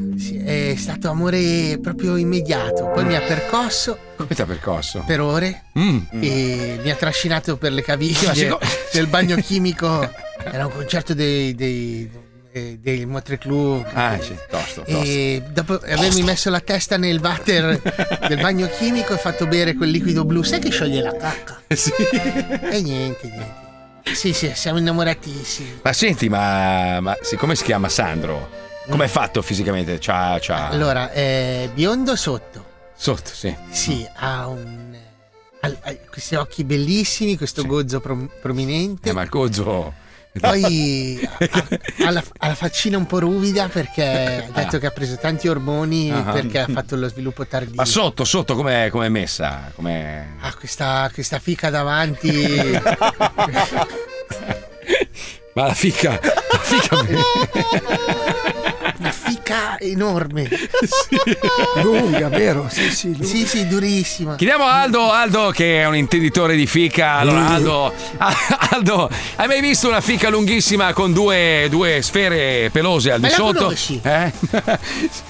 È stato amore proprio immediato. Poi mi ha percosso
Come ti ha percosso?
per Eh. ore
Mm.
e mi ha trascinato per le
<laughs> Ma
caviglie
siccome-
nel bagno chimico. Era un concerto dei, dei, dei, dei Motley Crue.
Ah, sì, tosto, tosto.
E dopo avermi messo la testa nel
<laughs>
water del bagno chimico e fatto bere quel liquido blu, sai che scioglie la cacca?
Sì.
<laughs> E niente, niente. Sì, sì, siamo innamoratissimi.
Ma senti, ma, ma siccome si chiama Sandro, com'è fatto fisicamente? Ciao, ciao.
Allora, eh, biondo sotto.
Sotto, sì.
Sì, ha un. ha- ha questi occhi bellissimi, questo gozzo prom- prominente.
<laughs> Eh, ma il gozzo.
Poi ha, ha la, ha la faccina un po' ruvida perché ha detto che ha preso tanti ormoni
Ah.
perché ha fatto lo sviluppo tardivo.
Ma sotto, sotto, com'è, com'è messa? Com'è...
Ha questa, questa fica davanti.
Ma la fica, la
<laughs>
fica
una fica enorme.
Lunga, vero?
Sì, sì, sì, durissima.
Chiediamo a Aldo, Aldo che è un intenditore di fica. Allora, Aldo, <laughs> a- Aldo, hai mai visto una fica lunghissima con due, due sfere pelose al
Ma
di
la
sotto?
conosci?
Eh?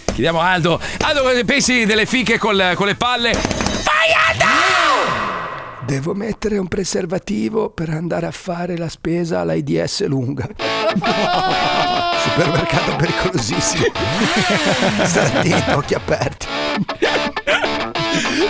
Chiediamo a Aldo, Aldo, cosa ne pensi delle fiche col- con le palle? Vai Aldo!
Devo mettere un preservativo per andare a fare la spesa all'AIDS
<laughs>
lunga. Supermercato pericolosissimo.
Ah!
Stare attento, occhi aperti.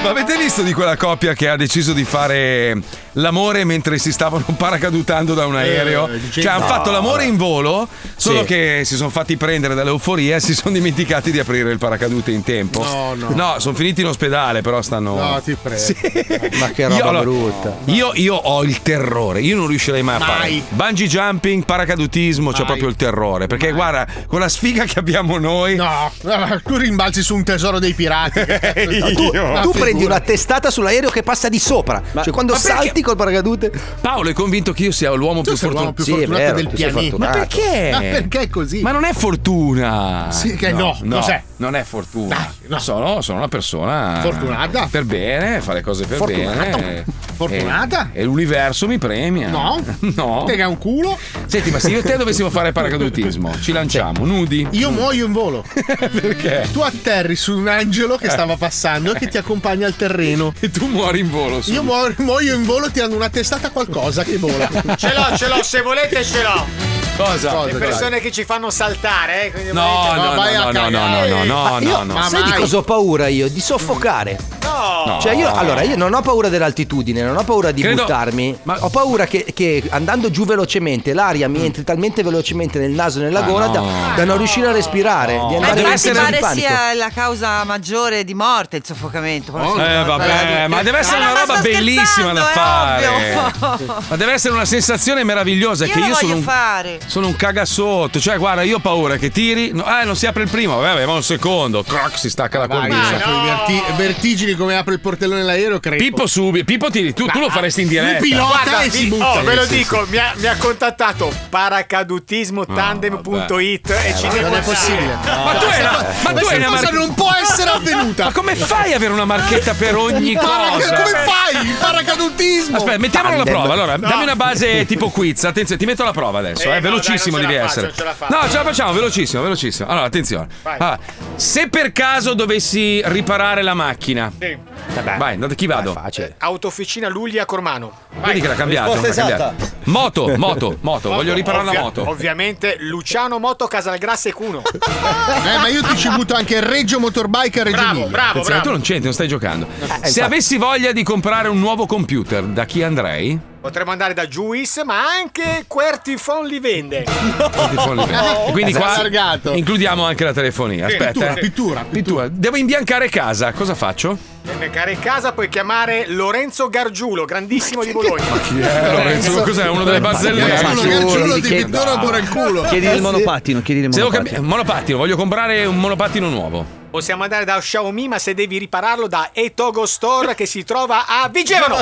Ma avete visto di quella coppia che ha deciso di fare l'amore mentre si stavano <laughs> paracadutando da un aereo?
Eh, dicevi-
cioè, hanno
no.
fatto l'amore in volo, solo
Sì.
che si sono fatti prendere dall'euforia e si sono dimenticati di aprire il paracadute in tempo.
No, no.
sono finiti in ospedale, però stanno.
No, ti prego. <laughs>
Ma che
roba
brutta. Io, io ho il terrore, io non riuscirei mai a fare.
Mai.
Bungee jumping, paracadutismo, c'è proprio il terrore. Perché guarda, con la sfiga che abbiamo noi.
No, Ah, Tu rimbalzi su un tesoro dei pirati.
<laughs>
tu tu prendi una testata sull'aereo che passa di sopra. cioè, quando
ma perché-
salti col paracadute.
Paolo è convinto che io sia l'uomo più,
sei l'uomo
fortun-
più Sì, è fortunato vero, del tu sei pianeta.
Ma
fortunato.
perché?
Ma perché
è così?
Eh. Ma non è fortuna.
Sì, che no, cos'è?
Non è fortuna. sono, sono una persona
Fortunata.
Per bene, fa le cose per
Fortunato.
bene. Eh,
Fortunata.
E, e l'universo mi premia.
No.
<laughs> No.
Te che hai un culo.
Senti, ma se io e te dovessimo fare paracadutismo, ci lanciamo nudi.
Io muoio in volo.
<laughs> Perché?
Tu atterri su un angelo che stava passando e che ti accompagna al terreno.
<laughs> E tu muori in volo.
Io muo- muoio in volo tirando una testata a qualcosa che
<laughs>
vola.
Cioè,
Ce l'ho, ce l'ho, se volete ce l'ho.
Cosa?
Le persone che ci fanno saltare, eh. quindi
No,
volete-
no,
vai
no,
a
no,
cagare. Eh,
no, no, no, no,
Ma io-
no.
Sai di
Mai.
cosa ho paura io? Di soffocare.
No.
Cioè io, allora, io non ho paura dell'altitudine, non ho paura di
Credo-
buttarmi, ma ho paura che, che andando giù velocemente l'aria mi entri talmente velocemente nel naso e nella
Ma
gola
Ah, no.
da, da non riuscire a respirare, di
Ma
andare
Eh, infatti
in
pare
panico.
sia la causa maggiore di morte il soffocamento.
Oh, eh, vabbè, ma deve essere una roba bellissima da fare.
eh.
Eh.
<laughs>
Ma deve essere una sensazione meravigliosa.
Io
che
la
io sono
voglio
un,
fare.
sono un cagasotto. Cioè, guarda, io ho paura che tiri. no, eh, non si apre il primo. Vabbè, ma un secondo. Croc, si stacca la
Vai,
cornice.
sa, quei verti- vertigini come apre il portellone dell'aereo, credo.
Pippo subito. Pippo tiri. Tu, tu lo faresti in diretta.
Lui pilota
Guarda,
e si
mi-
butta.
oh, ve lo
Sì, sì,
dico,
sì.
Mi, ha, mi ha contattato paracadutismotandem.it
Eh,
e ci
vabbè.
devo
Non è possibile.
andare.
No.
Ma tu hai una. Ma tu
Questa
hai una
cosa
mar-
non può essere avvenuta.
Ma come fai ad avere una marchetta per ogni
Paraca-
cosa?
Come fai? Il paracadutismo.
Aspetta, mettiamolo alla
Tandem.
prova. Allora,
No.
dammi una base tipo quiz. Attenzione, ti metto alla prova adesso.
Eh,
Eh,
no,
velocissimo
dai, non ce
devi
la
essere.
faccio, non ce la faccio.
no, ce la facciamo, velocissimo, velocissimo. Allora, attenzione.
Vai.
Allora, se per caso dovessi riparare la macchina, vai, da chi vado?
Autofficina Luglia Cormano.
Vedi che l'ha cambiato. non l'ha cambiato. Moto, moto, moto. Voglio riparare la
Ovvia-
moto.
Ovviamente Luciano Moto Casalgrassa e Cuno.
Eh, ma io ti ci butto anche il Reggio Motorbike a Reggio
Bravo,
Emilia.
bravo, Eh,
Attenzione, tu non c'entri, non stai giocando. Se
infatti.
avessi voglia di comprare un nuovo computer, da chi andrei?
Potremmo andare da Juice, ma anche Quertifon li vende. <laughs> Oh,
E quindi qua
Allargato.
includiamo anche la telefonia.
Sì.
Aspetta,
Pittura,
eh. pittura, Devo imbiancare casa, cosa faccio?
Per beccare casa puoi chiamare Lorenzo Gargiulo, grandissimo di Bologna.
Chi è Lorenzo? Eh, Cos'è uno delle barzellette?
chiedi Ah. il
Se devo
monopattino.
cambi- monopattino, voglio comprare un monopattino nuovo.
Possiamo andare da Xiaomi, ma se devi ripararlo da Etogo Store che si trova a Vigevano.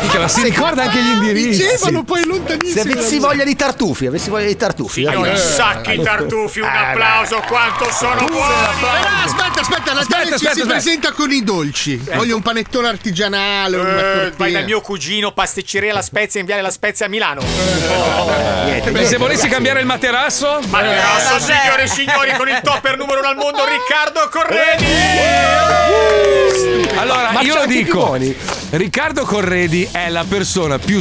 Minchia, ma si ricorda anche
Ah,
gli indirizzi.
Dicevano poi lontanissimo.
Se avessi voglia di tartufi, avessi voglia di tartufi.
Sì,
allora-
eh,
Sacchi tartufi, un applauso quanto sono buoni.
Eh, no, aspetta, aspetta, Natale
Aspetta, aspetta,
ci si
aspetta.
presenta con i dolci.
Eh.
Voglio un panettone artigianale, una
Eh,
tortina.
vai dal mio cugino, pasticceria La Spezia in Viale La Spezia a Milano. Oh.
Eh,
E se volessi cambiare il materasso?
Eh, Materasso, signore e signori, con il topper numero uno al mondo, Riccardo Corredi. eh,
Allora,
Marcia
io lo
anche i
dico, Riccardo Corredi è la persona più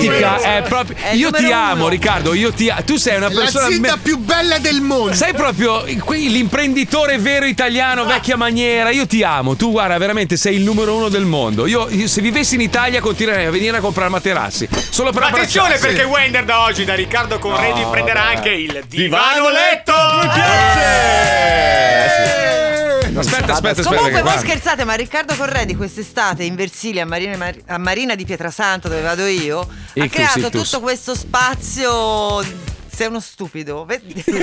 È il numero
È
uno.
proprio-
È il
io ti
numero
amo,
uno.
Riccardo. Io ti a- tu sei una persona.
L'azienda più bella del mondo.
Sei proprio qui- l'imprenditore vero italiano, vecchia maniera. Io ti amo. Tu, guarda, veramente sei il numero uno del mondo. Io, io se vivessi in Italia, continuerei a venire a comprare materassi. Solo per
Ma attenzione
abbracciarsi.
perché Wender da oggi da Riccardo Corredi
No,
prenderà
vabbè.
anche il
Divano
divano letto.
Eh, Aspetta, aspetta, aspetta.
Comunque
che
voi
guarda.
scherzate, ma Riccardo Corredi quest'estate in Versilia, a Marina, Mar- a Marina di Pietrasanta, dove vado io, ha
Ictus,
creato
ictus.
tutto questo spazio. Sei uno stupido.
<laughs>
Vedi?
Uno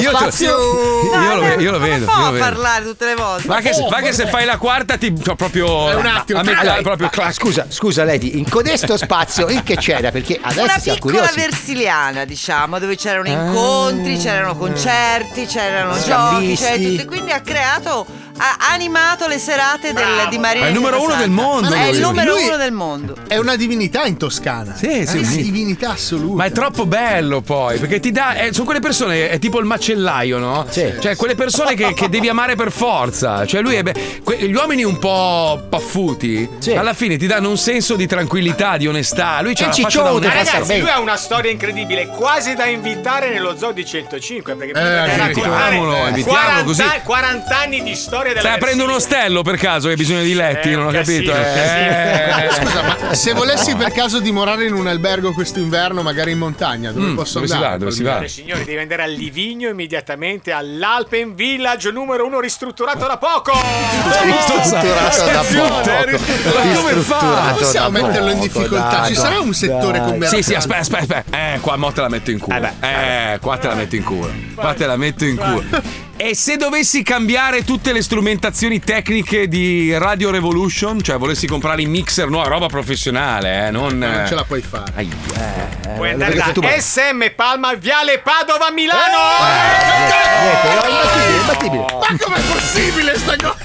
Io te- spazio- io lo- io lo vedo,
Non
io
fa
lo vedo.
parlare tutte le volte.
Ma che, se, ma che se fai la quarta ti cioè, proprio
Eh, un attimo,
a metà
Allora,
proprio
ma- scusa, scusa Lady, in codesto spazio in che c'era? Perché adesso
Una
siamo
piccola
curiosi.
versiliana, diciamo, dove
Ah.
c'erano incontri, c'erano concerti, c'erano giochi,
Scambisti.
c'era tutto. E quindi ha creato ha animato le serate del- di Maria.
Ma è il numero uno
60.
del mondo,
È il
lui.
numero
Lui-
uno del mondo.
È una divinità in Toscana. Sì, È
sì,
una
sì.
divinità assoluta.
Ma è troppo bello poi, perché ti dà. eh, sono quelle persone, è tipo il macellaio, no? Cioè, quelle persone che, che devi amare per forza. Cioè, lui è. be- que- gli uomini un po' paffuti, alla fine ti danno un senso di tranquillità, di onestà. Lui c'ha
Ma
la faccia da un
ragazzi, lui ha una storia incredibile, quasi da invitare nello zoo di 105. Perché potrebbe
Eh, invitiamolo,
raccontare
invitiamolo, così.
40 40 anni di storia della
Stai aprendo un ostello per caso che hai bisogno di letti,
Eh,
non ho capito.
eh,
eh.
Scusa, ma se volessi per caso dimorare in un albergo quest'inverno, magari in montagna, dove
Mm,
posso
dove si
andare? Eh,
va? Dove si
Signore, signori, devi andare a Livigno immediatamente all'Alpen Village numero 1 ristrutturato da poco.
Ristrutturato da poco.
Ma come fa?
Ristrutturato Possiamo da metterlo in poco, difficoltà? dai, Ci sarà un dai. settore commerciale?
Sì, sì, aspetta, aspetta, aspetta. Eh, qua mo te la metto in culo. Eh, qua te la metto in culo. Qua te la metto in culo.
<laughs>
E se dovessi cambiare tutte le strumentazioni tecniche di Radio Revolution, cioè volessi comprare i mixer nuova roba professionale, eh, non
Non ce la puoi fare.
Ai, eh,
Puoi
eh,
andare
l'avete
da
fatto male.
SM Palma Viale Padova Milano.
Eh!
Ma com'è possibile sta cosa?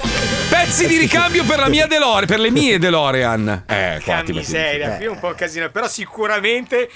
Pezzi di ricambio per la mia DeLorean, per le mie DeLorean. Eh, qua ti metti.
Miseria, qui è un po' un casino, però sicuramente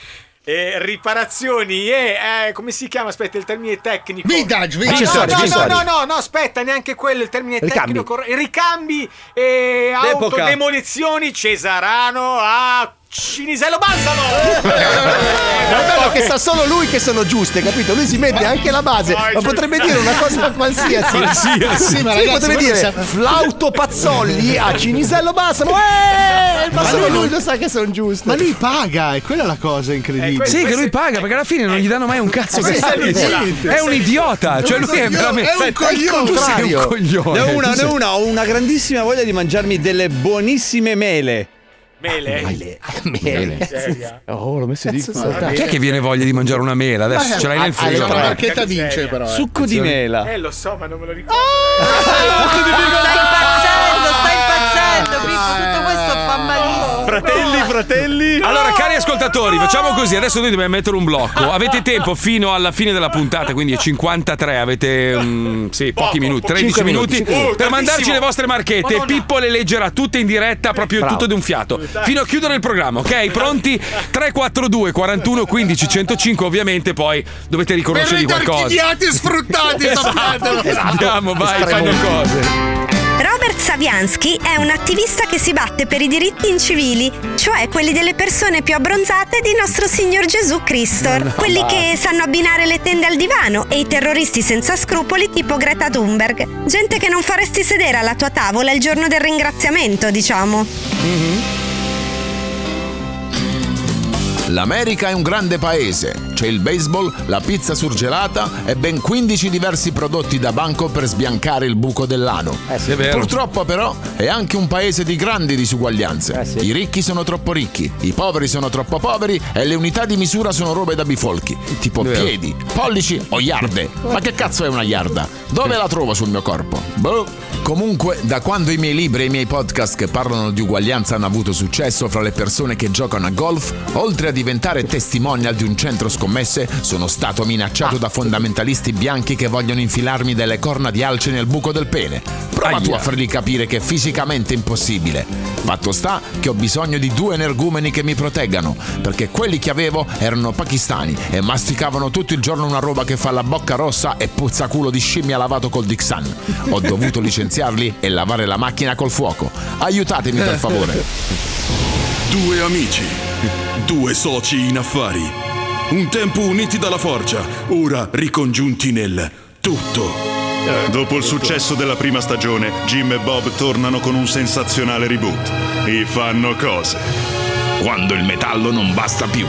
eh, riparazioni e eh, come si chiama? Aspetta, il termine tecnico.
Vintage,
No,
vintage.
no,
Accessori,
no, no,
accessori.
no, no, aspetta, neanche quello, il termine
Ricambi.
tecnico corretto. Ricambi e
D'epoca.
autodemolizioni Cesarano a Cinisello Balsamo.
Ma è bello che sa solo lui che sono giuste, capito? Lui si mette anche la base, ma potrebbe dire una
<laughs>
cosa qualsiasi.
Qualsiasi.
Sì,
ma
ma
ragazzi,
potrebbe
voi
dire
non sa-
flauto Pazzolli a Cinisello Bassamo. Eh, ma
Ma
solo
lui-
lui lo sa che sono giuste.
Ma lui paga, è quella la cosa incredibile.
Sì, che lui paga perché alla fine non gli danno mai un cazzo.
Eh, questo è
gratis.
l'inizio.
È un idiota. Cioè, lui è veramente.
Aspetta,
Tu sei un coglione.
Ne ho
Tu
una, ne ho
sei-
una, ho una grandissima voglia di mangiarmi delle buonissime mele.
Mele.
Mele.
Mele.
Oh, l'ho messo di
Cazzo, Ma chi è che viene voglia di mangiare una mela adesso?
Ma-
Ce l'hai nel
Ah,
frigo.
allora,
però.
perché ta vince, però, eh.
Succo di mela.
Eh, lo so, ma non me lo ricordo.
Ah, Stai impazzendo, Pippo, tutto questo fa malissimo.
Fratelli,
fratelli.
Allora, cari ascoltatori, facciamo così. Adesso noi dobbiamo mettere un blocco. Avete tempo fino alla fine della puntata, quindi è 53. Avete mm, sì, pochi minuti, 13
Cinque
minuti,
minuti, cinque
per
minuti.
mandarci
Tantissimo.
le vostre marchette.
Madonna.
Pippo le leggerà tutte in diretta, proprio
Bravo.
tutto di un fiato. Fino a chiudere il programma, ok? Pronti? 342 41 15 105. Ovviamente, poi dovete riconoscergli
Per
qualcosa.
ritarchidiati e sfruttati,
esatto.
sappiatelo.
Andiamo, vai,
Estremo.
fanno cose.
Robert Saviansky è un attivista che si batte per i diritti incivili, cioè quelli delle persone più abbronzate di nostro Signor Gesù Cristo, quelli ma- che sanno abbinare le tende al divano e i terroristi senza scrupoli tipo Greta Thunberg, gente che non faresti sedere alla tua tavola il giorno del ringraziamento, diciamo.
Mm-hmm.
L'America è un grande paese. C'è il baseball, la pizza surgelata e ben 15 diversi prodotti da banco per sbiancare il buco dell'ano.
Eh è vero.
Purtroppo però è anche un paese di grandi disuguaglianze.
Eh
I ricchi sono troppo ricchi, i poveri sono troppo poveri e le unità di misura sono robe da bifolchi, tipo
Vero.
piedi, pollici o iarde. Ma che cazzo è una iarda? Dove la trovo sul mio corpo? Boh. Comunque, da quando i miei libri e i miei podcast che parlano di uguaglianza hanno avuto successo fra le persone che giocano a golf, oltre a diventare testimonial di un centro scommesse, sono stato minacciato da fondamentalisti bianchi che vogliono infilarmi delle corna di alce nel buco del pene. Prova tu a fargli capire che è fisicamente impossibile. Fatto sta che ho bisogno di due energumeni che mi proteggano, perché quelli che avevo erano pakistani e masticavano tutto il giorno una roba che fa la bocca rossa e puzza culo di scimmia lavato col Dixan. Ho dovuto licenziarli e lavare la macchina col fuoco. Aiutatemi per favore.
Due amici, due soci in affari. Un tempo uniti dalla forgia, ora ricongiunti nel tutto. Eh, Dopo il successo della prima stagione, Jim e Bob tornano con un sensazionale reboot. E fanno cose.
Quando il metallo non basta più.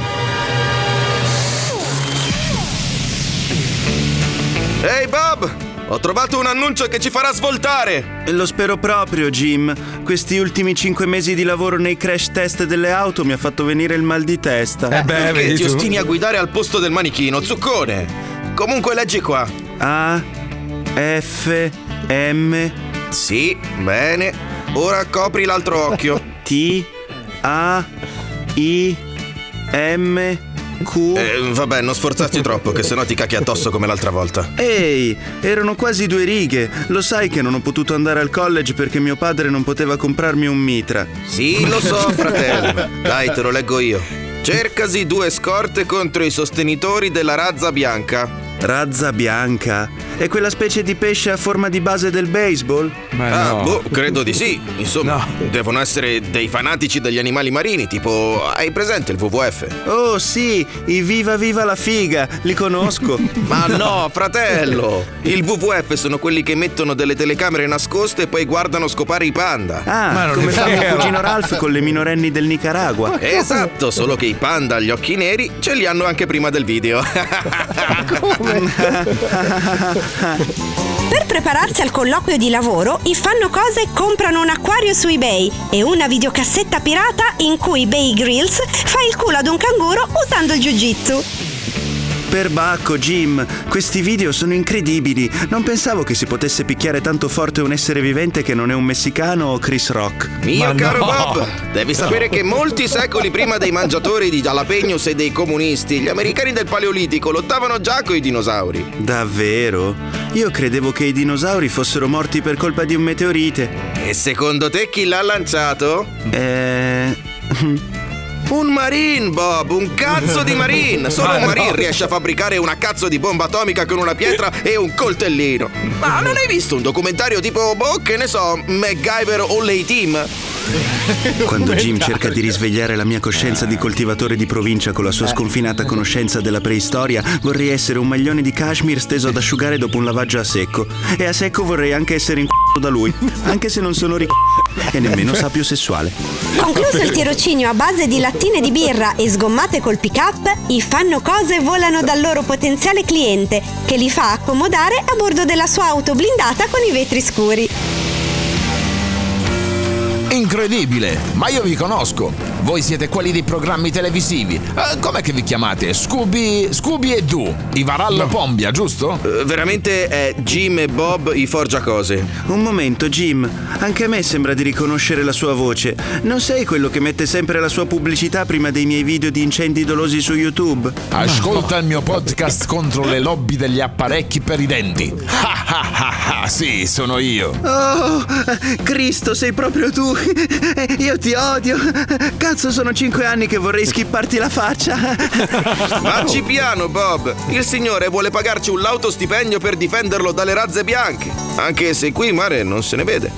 Ehi Bob! Ho trovato un annuncio che ci farà svoltare! Lo spero proprio, Jim. Questi ultimi 5 mesi di lavoro nei crash test delle auto mi ha fatto venire il mal di testa.
Eh beh,
Perché
vedi
ti
tu.
ostini a guidare al posto del manichino, zuccone! Comunque leggi qua. A F M Sì, bene. Ora copri <laughs> l'altro occhio. T A I M Eh, vabbè, non sforzarti troppo, che sennò ti cacchi addosso come l'altra volta. Ehi, erano quasi due righe. Lo sai che non ho potuto andare al college perché mio padre non poteva comprarmi un mitra. Sì, lo so, fratello. Dai, te lo leggo io. Cercasi due scorte contro i sostenitori della razza bianca. Razza bianca? È quella specie di pesce a forma di base del baseball? ah, no. boh, credo di sì. Insomma, devono essere dei fanatici degli animali marini, tipo hai presente il WWF? Oh sì, i viva viva la figa, li conosco. <laughs> Ma no, fratello! Il WWF sono quelli che mettono delle telecamere nascoste e poi guardano scopare i panda. Ah, Ma non come è fa mio vero. cugino Ralph con le minorenni del Nicaragua. Esatto, solo che i panda gli occhi neri ce li hanno anche prima del <laughs> video. <laughs>
<laughs> Per prepararsi al colloquio di lavoro, i fanno cosa e comprano un acquario su eBay e una videocassetta pirata in cui Bay Grills fa il culo ad un canguro usando il jiu-jitsu.
Perbacco, Jim, questi video sono incredibili. Non pensavo che si potesse picchiare tanto forte un essere vivente che non è un messicano o Chris Rock. Mio Ma caro no. Bob, devi <laughs> sapere che molti secoli prima dei mangiatori di jalapenos e dei comunisti, gli americani del Paleolitico lottavano già coi dinosauri. Davvero? Io credevo che i dinosauri fossero morti per colpa di un meteorite. E secondo te chi l'ha lanciato? Eh. Un marine, Bob, un cazzo di marine! Solo Ma un no. marine riesce a fabbricare una cazzo di bomba atomica con una pietra e un coltellino. Ma non hai visto un documentario tipo, boh, che ne so, MacGyver o Lay Team? Quando Jim cerca di risvegliare la mia coscienza di coltivatore di provincia con la sua sconfinata conoscenza della preistoria, vorrei essere un maglione di cashmere steso ad asciugare dopo un lavaggio a secco. E a secco vorrei anche essere in <laughs> da lui, anche se non sono ric e nemmeno sapio sessuale.
Concluso il tirocinio a base di lattine di birra e sgommate col pick-up, i fanno cose volano dal loro potenziale cliente, che li fa accomodare a bordo della sua auto blindata con i vetri scuri.
Incredibile, ma io vi conosco. Voi siete quelli dei programmi televisivi. Eh, com'è che vi chiamate? Scooby, Scooby e Doo, i Varallo Pombia, giusto?
veramente è Jim e Bob i forgiacose. Un momento, Jim. Anche a me sembra di riconoscere la sua voce. Non sei quello che mette sempre la sua pubblicità prima dei miei video di incendi dolosi su YouTube?
Ascolta il mio podcast contro le lobby degli apparecchi per i denti. Ah, ah, ah, ah, sì, sono io.
Oh, Cristo, sei proprio tu. Eh, Io ti odio. Cazzo, sono cinque anni che vorrei schipparti la
<laughs>
faccia. <laughs> Vacci piano, Bob. Il signore vuole pagarci un lauto stipendio per difenderlo dalle razze bianche. Anche se qui mare non se ne vede.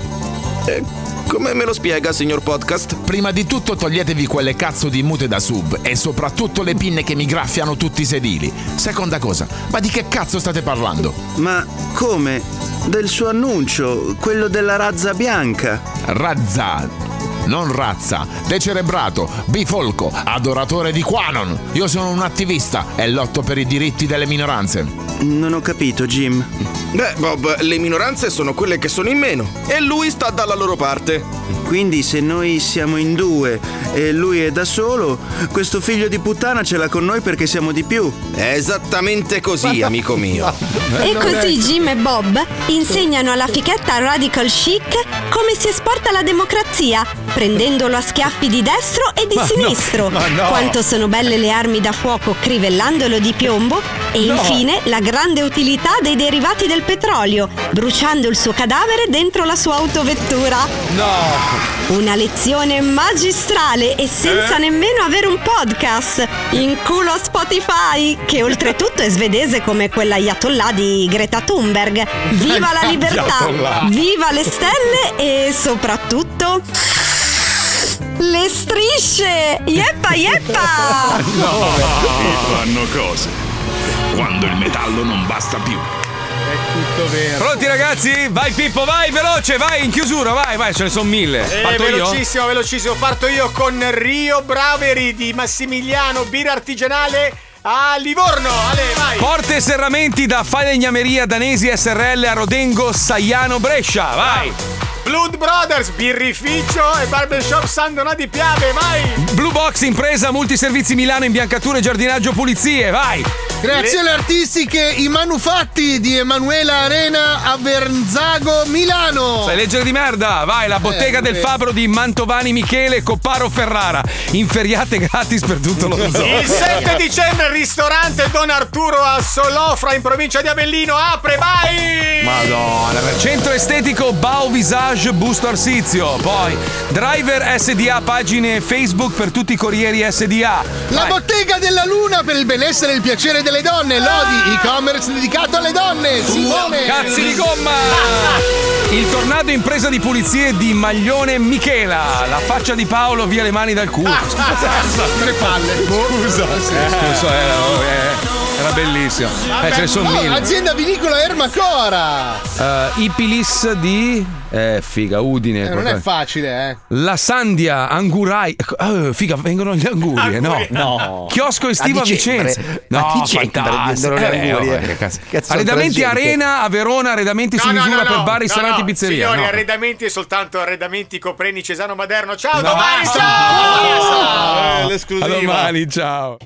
Eh, come me lo spiega, signor podcast?
Prima di tutto toglietevi quelle cazzo di mute da sub e soprattutto le pinne che mi graffiano tutti i sedili. Seconda cosa, ma di che cazzo state parlando?
Ma come? Del suo annuncio, quello della razza bianca.
Razza, non razza, decerebrato, bifolco, adoratore di Quanon. Io sono un attivista e lotto per i diritti delle minoranze.
Non ho capito, Jim. Beh, Bob, le minoranze sono quelle che sono in meno e lui sta dalla loro parte. Quindi se noi siamo in due e lui è da solo, questo figlio di puttana ce l'ha con noi perché siamo di più. È esattamente così, amico mio.
Eh,
E così Jim e Bob insegnano alla fichetta radical chic come si esporta la democrazia, prendendolo a schiaffi di destro e di
Ma no,
sinistro.
ma no.
Quanto sono belle le armi da fuoco crivellandolo di piombo e
No.
infine la grande utilità dei derivati del petrolio, bruciando il suo cadavere dentro la sua autovettura.
No!
Una lezione magistrale e senza
Eh?
nemmeno avere un podcast. In culo a Spotify, che oltretutto è svedese come quella Yatollah di Greta Thunberg. Viva la libertà!
Ayatollah.
Viva le stelle e soprattutto. Le strisce! Yeppa yeppa!
Fanno cose. Quando il metallo non basta più.
Tutto vero.
Pronti ragazzi? Vai Pippo, vai veloce, vai in chiusura, vai, vai, ce ne sono mille.
Eh,
Parto io?
velocissimo, velocissimo. Parto io con Rio Bravery di Massimiliano, birra artigianale a Livorno. Ale, vai.
Porte e serramenti da Falegnameria Danesi SRL a Rodengo Saiano Brescia, vai.
Blood Brothers, birrificio e barbershop San Donà di Piave, vai.
Blue Box Impresa Multiservizi Milano imbiancature giardinaggio pulizie, vai. Creazioni artistiche I manufatti di Emanuela Arena a Vernzago, Milano.
Sai leggere di merda? Vai,
Eh,
la bottega del fabbro di Mantovani Michele Copparo Ferrara. Inferiate gratis per tutto lo zoo.
Il 7 dicembre il ristorante Don Arturo a Solofra in provincia di Avellino apre, vai!
Madonna, per centro estetico Bao Visage Busto Arsizio. Poi driver SDA pagine Facebook per tutti i corrieri SDA.
La bottega della luna per il benessere e il piacere delle donne. Lodi, e-commerce dedicato alle donne. Simone.
Ah. Uh,
Ah,
Cazzi di gomma! Il tornado impresa di pulizie di Maglione Michela. La faccia di Paolo via le mani dal
<laughs>
Uh.
culo.
Tre palle. Scusa.
Scusa, era, era bellissimo. Eh, ce ne sono
Oh,
mille.
azienda vinicola Ermacora.
Eh, Ipilis di. Eh, figa, Udine.
Eh, non
qualcosa.
è facile, eh.
La Sandia, Angurai. eh, figa, vengono gli anguri, eh, no?
No.
Chiosco estivo
A
a,
dicembre.
Vicenza.
A
No,
dicembre vendono
fantastico.
gli
Eh,
angurie.
vabbè, che cazzo.
Cazzo,
Arredamenti
tragedie.
Arena a Verona, arredamenti su misura per bar, ristoranti e pizzeria.
Signori,
no.
arredamenti è soltanto arredamenti Copreni, Cesano Maderno. Ciao,
No.
domani, ciao! Eh,
A
Ah.
Eh,
L'esclusiva.
domani, ciao.